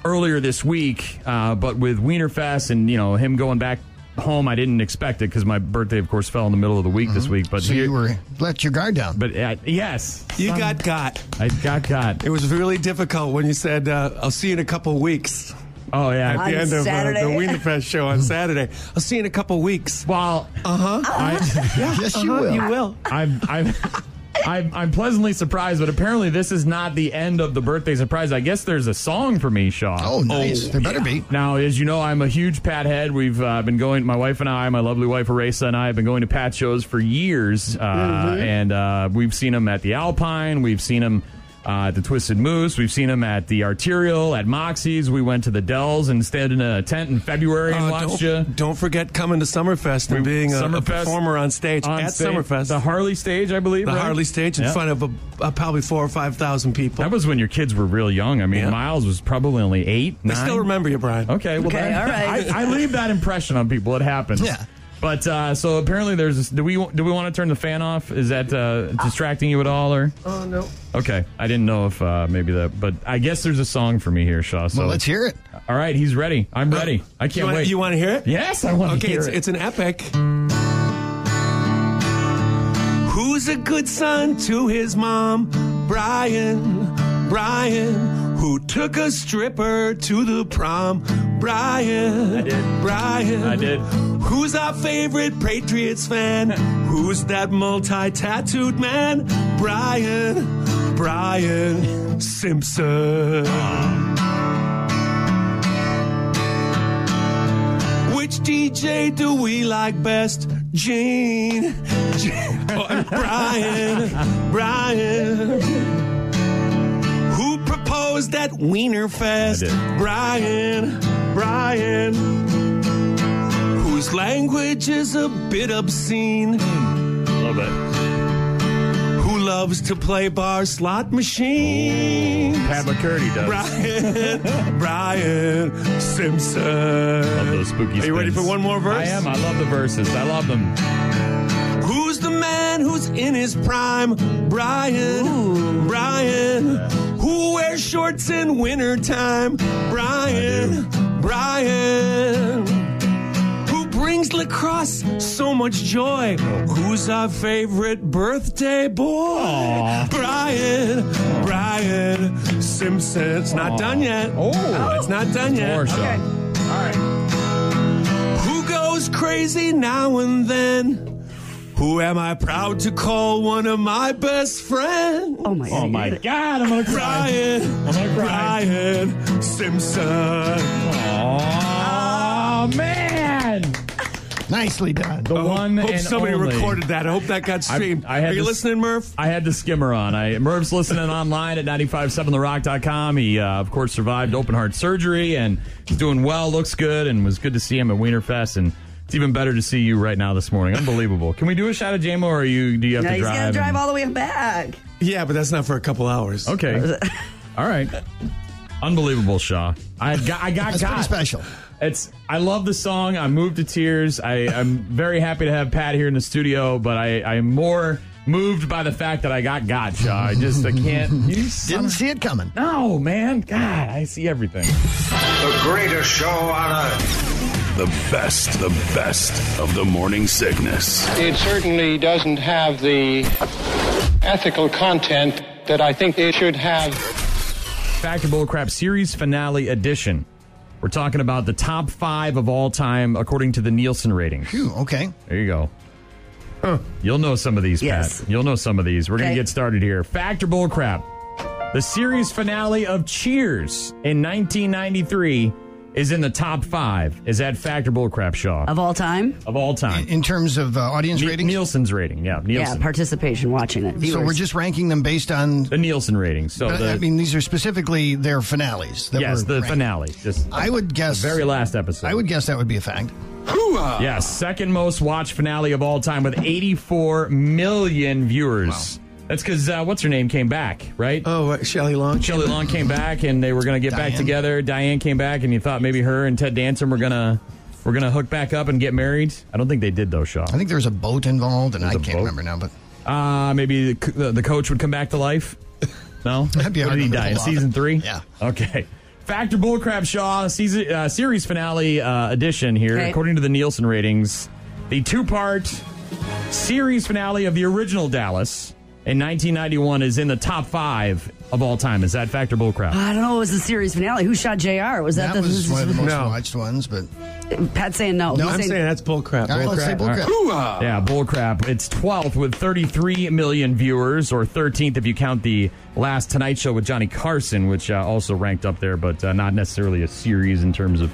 Speaker 7: earlier this week. Uh, but with Wienerfest and you know him going back home, I didn't expect it because my birthday, of course, fell in the middle of the week this week. But
Speaker 5: Mm-hmm. So
Speaker 7: here-
Speaker 5: you were let your guard down.
Speaker 7: but uh, yes,
Speaker 10: You
Speaker 7: son-
Speaker 10: got got.
Speaker 7: I got got.
Speaker 10: It was really difficult when you said, uh, I'll see you in a couple weeks.
Speaker 7: Oh yeah.
Speaker 10: At
Speaker 8: On
Speaker 10: the end of uh,
Speaker 8: Saturday.
Speaker 10: the Wienerfest show on Saturday. I'll see you in a couple weeks.
Speaker 7: well,
Speaker 10: Uh-huh.
Speaker 7: uh huh. I,
Speaker 5: yes,
Speaker 8: Uh-huh,
Speaker 5: you will.
Speaker 10: You will.
Speaker 7: I'm I'm I'm I'm pleasantly surprised, but apparently this is not the end of the birthday surprise. I guess there's a song for me, Shaw.
Speaker 5: Oh, nice. there better be.
Speaker 7: Now, as you know, I'm a huge Pat head. We've uh, been going, my wife and I, my lovely wife Arisa and I, have been going to Pat shows for years. Uh, And uh, we've seen him at the Alpine. We've seen him uh, at the Twisted Moose. We've seen him at the Arterial, at Moxie's. We went to the Dells and stayed in a tent in February and
Speaker 10: Uh,
Speaker 7: watched you.
Speaker 10: don't, don't forget coming to Summerfest and
Speaker 7: We-
Speaker 10: being a, a
Speaker 7: Summerfest
Speaker 10: performer on stage
Speaker 7: on
Speaker 10: at
Speaker 7: stage-
Speaker 10: Summerfest.
Speaker 7: The Harley stage, I believe.
Speaker 10: the
Speaker 7: right?
Speaker 10: Harley stage in
Speaker 7: Yeah.
Speaker 10: front of a, uh probably four or five thousand people.
Speaker 7: That was when your kids were real young. I mean,
Speaker 10: Yeah.
Speaker 7: Miles was probably only eight.
Speaker 10: I still
Speaker 7: nine.
Speaker 10: remember you, Brian.
Speaker 7: Okay, well,
Speaker 8: Okay,
Speaker 7: that-
Speaker 8: all right.
Speaker 7: I, I leave that impression on people. It happens.
Speaker 5: Yeah.
Speaker 7: But uh, so apparently there's this, do we do we want to turn the fan off? Is that uh, distracting you at all or?
Speaker 9: Oh no.
Speaker 7: Okay, I didn't know if uh, maybe that, but I guess there's a song for me here, Shaw. So
Speaker 5: Well, let's hear it.
Speaker 7: All right, he's ready. I'm ready. I can't
Speaker 10: Uh, you wanna,
Speaker 7: wait.
Speaker 10: You want to hear it?
Speaker 7: yes, I want to
Speaker 10: Okay,
Speaker 7: hear
Speaker 10: it's,
Speaker 7: it.
Speaker 10: it's an epic. Who's a good son to his mom? Brian, Brian. Who took a stripper to the prom? Brian, I
Speaker 7: did.
Speaker 10: Brian.
Speaker 7: I did.
Speaker 10: Who's our favorite Patriots fan? Who's that multi tattooed man? Brian, Brian Simpson.
Speaker 7: Oh.
Speaker 10: Which DJ do we like best? Gene, Gene- oh, and Brian, Brian. Who proposed at Wienerfest?
Speaker 7: I did.
Speaker 10: Brian, Brian. Whose language is a bit
Speaker 7: a
Speaker 10: obscene?
Speaker 7: little bit.
Speaker 10: Who loves to play bar slot machine?
Speaker 7: Pat McCurdy does.
Speaker 10: Brian, Brian Simpson.
Speaker 7: Love those spooky
Speaker 10: Are you ready
Speaker 7: spins.
Speaker 10: for one more verse?
Speaker 7: I am. I love the verses. I love them.
Speaker 10: Who's the man who's in his prime? Brian. Brian. Who wears shorts in wintertime? Brian. Brian. Who brings lacrosse so much joy? Who's our favorite birthday boy? Brian. Brian Simpson. It's not done yet.
Speaker 7: Oh.
Speaker 10: It's not done yet.
Speaker 7: More, Shaw.
Speaker 10: Who goes crazy now and then? Who am I proud to call one of my best friends?
Speaker 8: Oh my god.
Speaker 7: Oh my God, I'm gonna cry.
Speaker 10: Brian,
Speaker 7: gonna cry.
Speaker 10: Brian Simpson.
Speaker 7: Oh man.
Speaker 5: Nicely done.
Speaker 7: The one
Speaker 10: hope
Speaker 7: and
Speaker 10: somebody
Speaker 7: only.
Speaker 10: recorded that. I hope that got streamed.
Speaker 7: I had
Speaker 10: Are you
Speaker 7: this-
Speaker 10: listening, Murph?
Speaker 7: I had the skimmer on. I Merv's listening online at 957therock.com. He, uh, of course, survived open heart surgery and is doing well, looks good, and was good to see him at Wienerfest. And it's even better to see you right now this morning. Unbelievable. Can we do a shout of JMO or are you, do you have
Speaker 8: Now
Speaker 7: to
Speaker 8: he's
Speaker 7: drive?
Speaker 8: got to drive
Speaker 7: and-
Speaker 8: all the way back.
Speaker 10: Yeah, but that's not for a couple hours.
Speaker 7: Okay. all right. Unbelievable, Shaw. I got, I got,
Speaker 5: That's
Speaker 7: got.
Speaker 5: pretty special.
Speaker 7: It's. I love the song. I'm moved to tears. I, I'm very happy to have Pat here in the studio, but I, I'm more moved by the fact that I got gotcha. I just I can't. You son
Speaker 5: Didn't
Speaker 7: of-
Speaker 5: see it coming.
Speaker 7: no, man. God, I see everything.
Speaker 3: The greatest show on earth.
Speaker 4: The best, the best of the morning sickness.
Speaker 1: It certainly doesn't have the ethical content that I think it should have.
Speaker 7: Factor Bullcrap series finale edition. We're talking about the top five of all time according to the Nielsen ratings.
Speaker 5: Phew, okay.
Speaker 7: There you go. You'll know some of these,
Speaker 8: Yes.
Speaker 7: Pat. You'll know some of these. We're going
Speaker 8: Okay.
Speaker 7: to get started here. Factor bullcrap. The series finale of Cheers in 1993 is in the top five. Is that Factor bullcrap, Shaw? Of,
Speaker 8: Of all time?
Speaker 7: all time.
Speaker 5: In terms of uh, audience
Speaker 7: Ne-
Speaker 5: ratings,
Speaker 7: Nielsen's rating. Yeah, Nielsen.
Speaker 8: Yeah, participation, watching it.
Speaker 5: so we're
Speaker 8: viewers.
Speaker 5: just ranking them based on.
Speaker 7: the Nielsen rating. So,
Speaker 5: but,
Speaker 7: the,
Speaker 5: I mean, these are specifically their finales. That
Speaker 7: yes,
Speaker 5: were
Speaker 7: the
Speaker 5: ranked.
Speaker 7: finale. Just
Speaker 5: I would guess.
Speaker 7: very last episode.
Speaker 5: I would guess that would be a fact.
Speaker 7: Yes, second most watched finale of all time with 84 million viewers. That's because uh, what's her name came back, right?
Speaker 11: Oh, uh, Shelley Long.
Speaker 7: Shelley Long came back, and they were going to get back
Speaker 11: Diane.
Speaker 7: together. Diane came back, and you thought maybe her and Ted Danson were going to were going to hook back up and get married. I don't think they did though, Shaw.
Speaker 5: I think there was a boat involved, and I
Speaker 7: There's a
Speaker 5: can't
Speaker 7: boat?
Speaker 5: remember now. But
Speaker 7: Uh, maybe the, the, the coach would come back to life. No,
Speaker 5: That'd be
Speaker 7: What
Speaker 5: hard
Speaker 7: did he
Speaker 5: to
Speaker 7: die in
Speaker 5: pull off.
Speaker 7: season three?
Speaker 5: Yeah.
Speaker 7: Okay. Factor bullcrap, Shaw season uh, series finale uh, edition here.
Speaker 8: Okay.
Speaker 7: According to the Nielsen ratings, the two part series finale of the original Dallas in 1991 is in the top five of all time. Is that factor bullcrap?
Speaker 8: I don't know. It was the series finale. Who shot Jr. Was that, the,
Speaker 5: that was one of the most
Speaker 11: No.
Speaker 5: watched ones. But
Speaker 8: Pat saying no?
Speaker 11: No,
Speaker 8: He's
Speaker 11: I'm saying that's bullcrap.
Speaker 5: All right, let's say
Speaker 11: Bullcrap.
Speaker 5: bullcrap.
Speaker 7: yeah, bullcrap. It's 12th with 33 million viewers, or 13th if you count the last Tonight Show with Johnny Carson, which uh, also ranked up there, but uh, not necessarily a series in terms of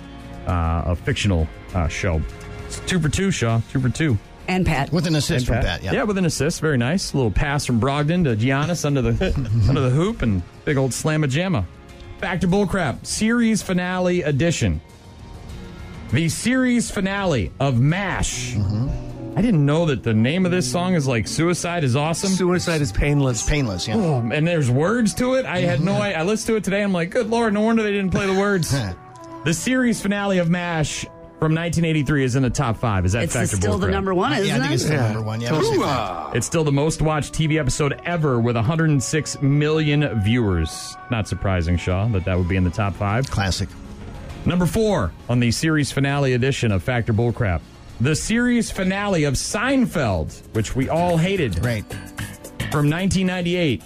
Speaker 7: uh, a fictional uh, show. It's two for two, Shaw. Two for two.
Speaker 8: and Pat.
Speaker 5: with an assist from Pat. Yeah.
Speaker 7: with an assist. Very nice. A little pass from Brogdon to Giannis under the under the hoop and big old slam of jamma. Back to bullcrap. Series finale edition. The series finale of MASH.
Speaker 5: Mm-hmm.
Speaker 7: I didn't know that the name of this song is like Suicide is Awesome.
Speaker 11: Suicide is painless.
Speaker 5: Painless. Yeah.
Speaker 7: Oh, and there's words to it. I had no
Speaker 5: Mm-hmm.
Speaker 7: idea. I listened to it today. I'm like, good lord, no wonder they didn't play the words. the series finale of MASH from 1983 is in the top five. Is that
Speaker 8: It's
Speaker 7: factor
Speaker 8: still the
Speaker 7: bullcrap?
Speaker 8: number one,
Speaker 5: yeah, I
Speaker 8: isn't
Speaker 5: think it's
Speaker 8: it?
Speaker 5: the number one. Yeah. we'll say that.
Speaker 7: It's still the most watched TV episode ever with 106 million viewers. Not surprising, Shaw, that that would be in the top five.
Speaker 5: Classic.
Speaker 7: Number four on the series finale edition of Factor Bullcrap. The series finale of Seinfeld, which we all hated
Speaker 5: Right.
Speaker 7: from 1998,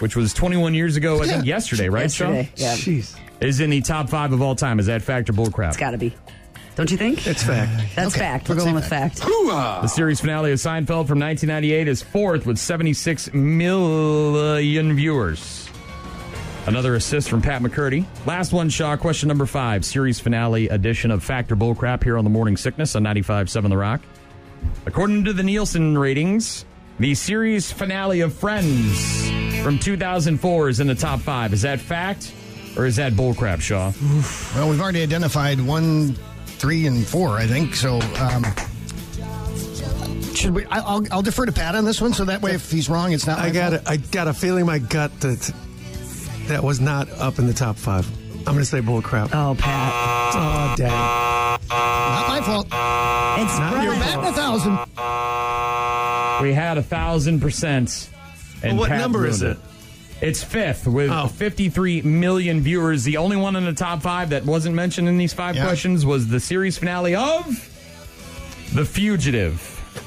Speaker 7: which was 21 years ago, I think
Speaker 5: Yeah.
Speaker 7: yesterday, right,
Speaker 8: Yesterday. Yeah, it's
Speaker 11: Jeez.
Speaker 7: Shaw? Is in the top five of all time. Is that Factor Bullcrap?
Speaker 8: got to be. Don't you think?
Speaker 11: It's fact.
Speaker 8: That's
Speaker 5: Okay,
Speaker 8: fact. We're
Speaker 5: let's
Speaker 8: going
Speaker 5: say
Speaker 8: with fact.
Speaker 7: The series finale of Seinfeld from 1998 is fourth with 76 million viewers. Another assist from Pat McCurdy. Last one, Shaw. Question number five. Series finale edition of Factor Bullcrap here on The Morning Sickness on 95.7 The Rock. According to the Nielsen ratings, the series finale of Friends from 2004 is in the top five. Is that fact or is that bullcrap, Shaw?
Speaker 5: Well, we've already identified one, three, and four. I think so. Um, should we? I, I'll, I'll defer to Pat on this one, so that way, if he's wrong, it's not.
Speaker 11: I
Speaker 5: my
Speaker 11: got
Speaker 5: fault.
Speaker 11: a, I got a feeling in my gut that that was not up in the top five. I'm going to say bullcrap.
Speaker 8: Oh, Pat.
Speaker 11: Oh, dang.
Speaker 5: Not my fault.
Speaker 8: It's
Speaker 11: Not your
Speaker 8: Brian.
Speaker 5: Pat in a thousand.
Speaker 7: We had a thousand percent. And
Speaker 11: What
Speaker 7: Pat
Speaker 11: number is
Speaker 7: ruined
Speaker 11: it?
Speaker 7: It's fifth with
Speaker 11: Oh.
Speaker 7: 53 million viewers. The only one in the top five that wasn't mentioned in these five
Speaker 5: Yeah.
Speaker 7: questions was the series finale of The Fugitive.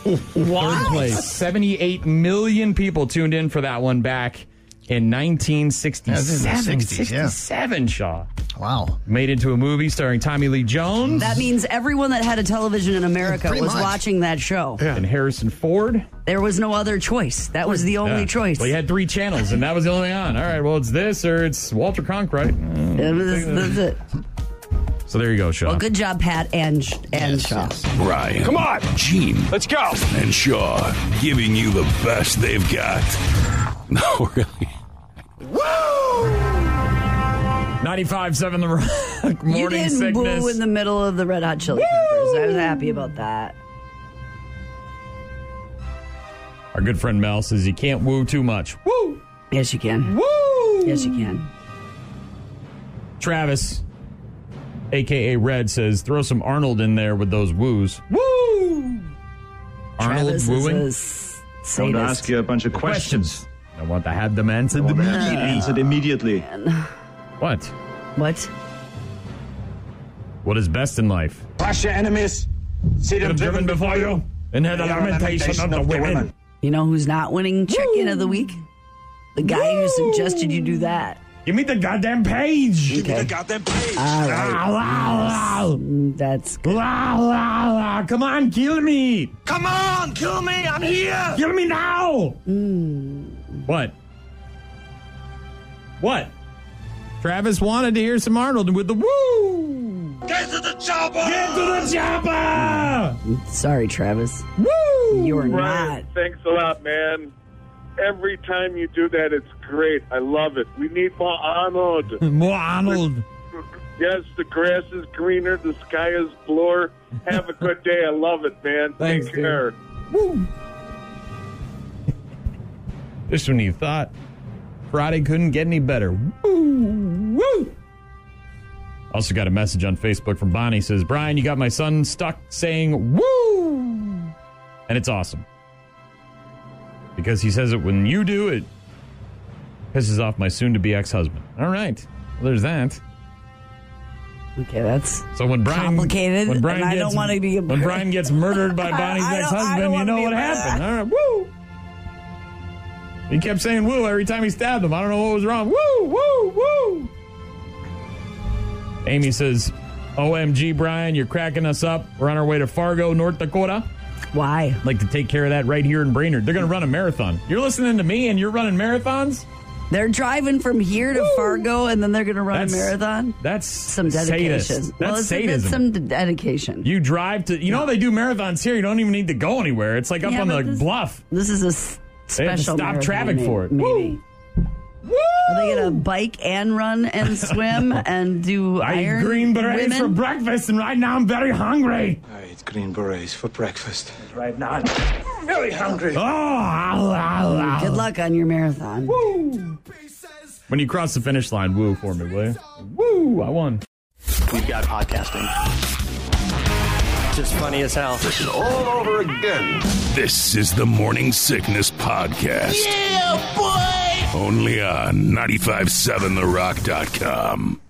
Speaker 7: Third place. 78 million people tuned in for that one back in 1967.
Speaker 5: Yeah, this is the 60s, yeah.
Speaker 7: 67, Shaw.
Speaker 5: Wow.
Speaker 7: Made into a movie starring Tommy Lee Jones
Speaker 8: That means everyone that had a television in America
Speaker 5: Pretty
Speaker 8: was
Speaker 5: much.
Speaker 8: watching that show.
Speaker 7: and Harrison Ford.
Speaker 8: There was no other choice. That was the only
Speaker 7: Yeah.
Speaker 8: choice.
Speaker 7: Well, you had three channels, and that was the only thing on. All right, well, it's this or it's Walter Cronkite. Mm.
Speaker 8: It was- that's it.
Speaker 7: So there you go, Sean.
Speaker 8: Well, good job, Pat and and
Speaker 5: Yes,
Speaker 8: Shaw.
Speaker 5: yes.
Speaker 4: Ryan. Come on. Gene. Let's go. And Shaw giving you the best they've got. No, really.
Speaker 7: 95.7 The Rock, Morning
Speaker 8: You didn't
Speaker 7: Sickness.
Speaker 8: boo in the middle of the Red Hot Chili Peppers. I was happy about that.
Speaker 7: Our good friend Mel says you can't woo too much. Woo!
Speaker 8: Yes, you can.
Speaker 7: Woo!
Speaker 8: Yes, you can.
Speaker 7: Travis, a.k.a. Red, says throw some Arnold in there with those woos. Woo! Arnold
Speaker 8: Travis
Speaker 7: wooing?
Speaker 8: is a sadist.
Speaker 12: you a bunch of
Speaker 7: Questions. I want to have them answered immediately.
Speaker 12: Answered immediately.
Speaker 7: What?
Speaker 8: What?
Speaker 7: What is best in life?
Speaker 3: Crush your enemies, see
Speaker 7: Get
Speaker 3: them driven before you.
Speaker 7: and had a
Speaker 3: They are
Speaker 7: lamentation of the women.
Speaker 8: You know who's not winning check-in of the week? The guy who suggested you do that.
Speaker 7: Give me the goddamn page.
Speaker 8: Okay.
Speaker 3: Goddamn
Speaker 8: All right.
Speaker 7: La, la, la.
Speaker 8: Mm, That's good.
Speaker 7: La, la, la. Come on, kill me.
Speaker 3: Come on, kill me, I'm here!
Speaker 7: Kill me now. Hmm. What? What? Travis wanted to hear some Arnold with the woo.
Speaker 3: Get to the chopper!
Speaker 7: Get to the chopper.
Speaker 8: Sorry, Travis.
Speaker 7: Woo.
Speaker 8: You're not.
Speaker 12: Ryan, thanks a lot, man. Every time you do that, it's great. I love it. We need more Arnold.
Speaker 7: More Arnold.
Speaker 12: yes, the grass is greener, the sky is bluer. Have a good day. I love it, man.
Speaker 7: Thanks,
Speaker 12: Take care.
Speaker 7: Woo. Just when you thought Friday couldn't get any better. Woo! Woo! Also got a message on Facebook from Bonnie says, Brian, you got my son stuck saying woo. And it's awesome. Because he says it when you do, it pisses off my soon to be ex husband. All right. Well, there's that.
Speaker 8: Okay, that's
Speaker 7: so when Brian
Speaker 8: complicated,
Speaker 7: when Brian
Speaker 8: and I
Speaker 7: gets,
Speaker 8: don't want to be a
Speaker 7: when Brian gets murdered by
Speaker 8: I-
Speaker 7: Bonnie's
Speaker 8: I don't- I
Speaker 7: ex
Speaker 8: don't
Speaker 7: husband, you
Speaker 8: wanna
Speaker 7: know
Speaker 8: be
Speaker 7: what
Speaker 8: a-
Speaker 7: happened. All right, woo. He kept saying woo every time he stabbed him. I don't know what was wrong. Woo, woo, woo. Amy says, OMG, Brian, you're cracking us up. We're on our way to Fargo, North Dakota.
Speaker 8: Why?
Speaker 7: Like to take care of that right here in Brainerd. They're going to run a marathon. You're listening to me and you're running marathons?
Speaker 8: They're driving from here to Fargo, and then they're going to run
Speaker 7: That's-
Speaker 8: a marathon.
Speaker 7: That's
Speaker 8: Some dedication.
Speaker 7: Sadist. That's
Speaker 8: well, it's,
Speaker 7: sadism.
Speaker 8: it's some dedication.
Speaker 7: You drive to, you know, they do marathons here. You don't even need to go anywhere. It's like up
Speaker 8: Yeah,
Speaker 7: on
Speaker 8: but
Speaker 7: the
Speaker 8: this-
Speaker 7: bluff.
Speaker 8: This is a s-
Speaker 7: They have to
Speaker 8: special.
Speaker 7: stop
Speaker 8: marathon,
Speaker 7: traffic
Speaker 8: may-
Speaker 7: for it.
Speaker 8: Maybe. Are they going to bike and run and swim and do
Speaker 7: I eat
Speaker 8: iron?
Speaker 7: green berets
Speaker 8: women?
Speaker 7: for breakfast, and right now I'm very hungry.
Speaker 13: I eat green berets for breakfast.
Speaker 3: Right now, I'm very hungry.
Speaker 7: Oh, ow, ow, ow.
Speaker 8: Good luck on your marathon.
Speaker 7: When you cross the finish line, woo for me, will you? Woo, I won.
Speaker 2: We've got podcasting. Just funny as hell. This is all over again.
Speaker 4: This is the Morning Sickness Podcast.
Speaker 3: Yeah, boy!
Speaker 4: Only on 957therock.com.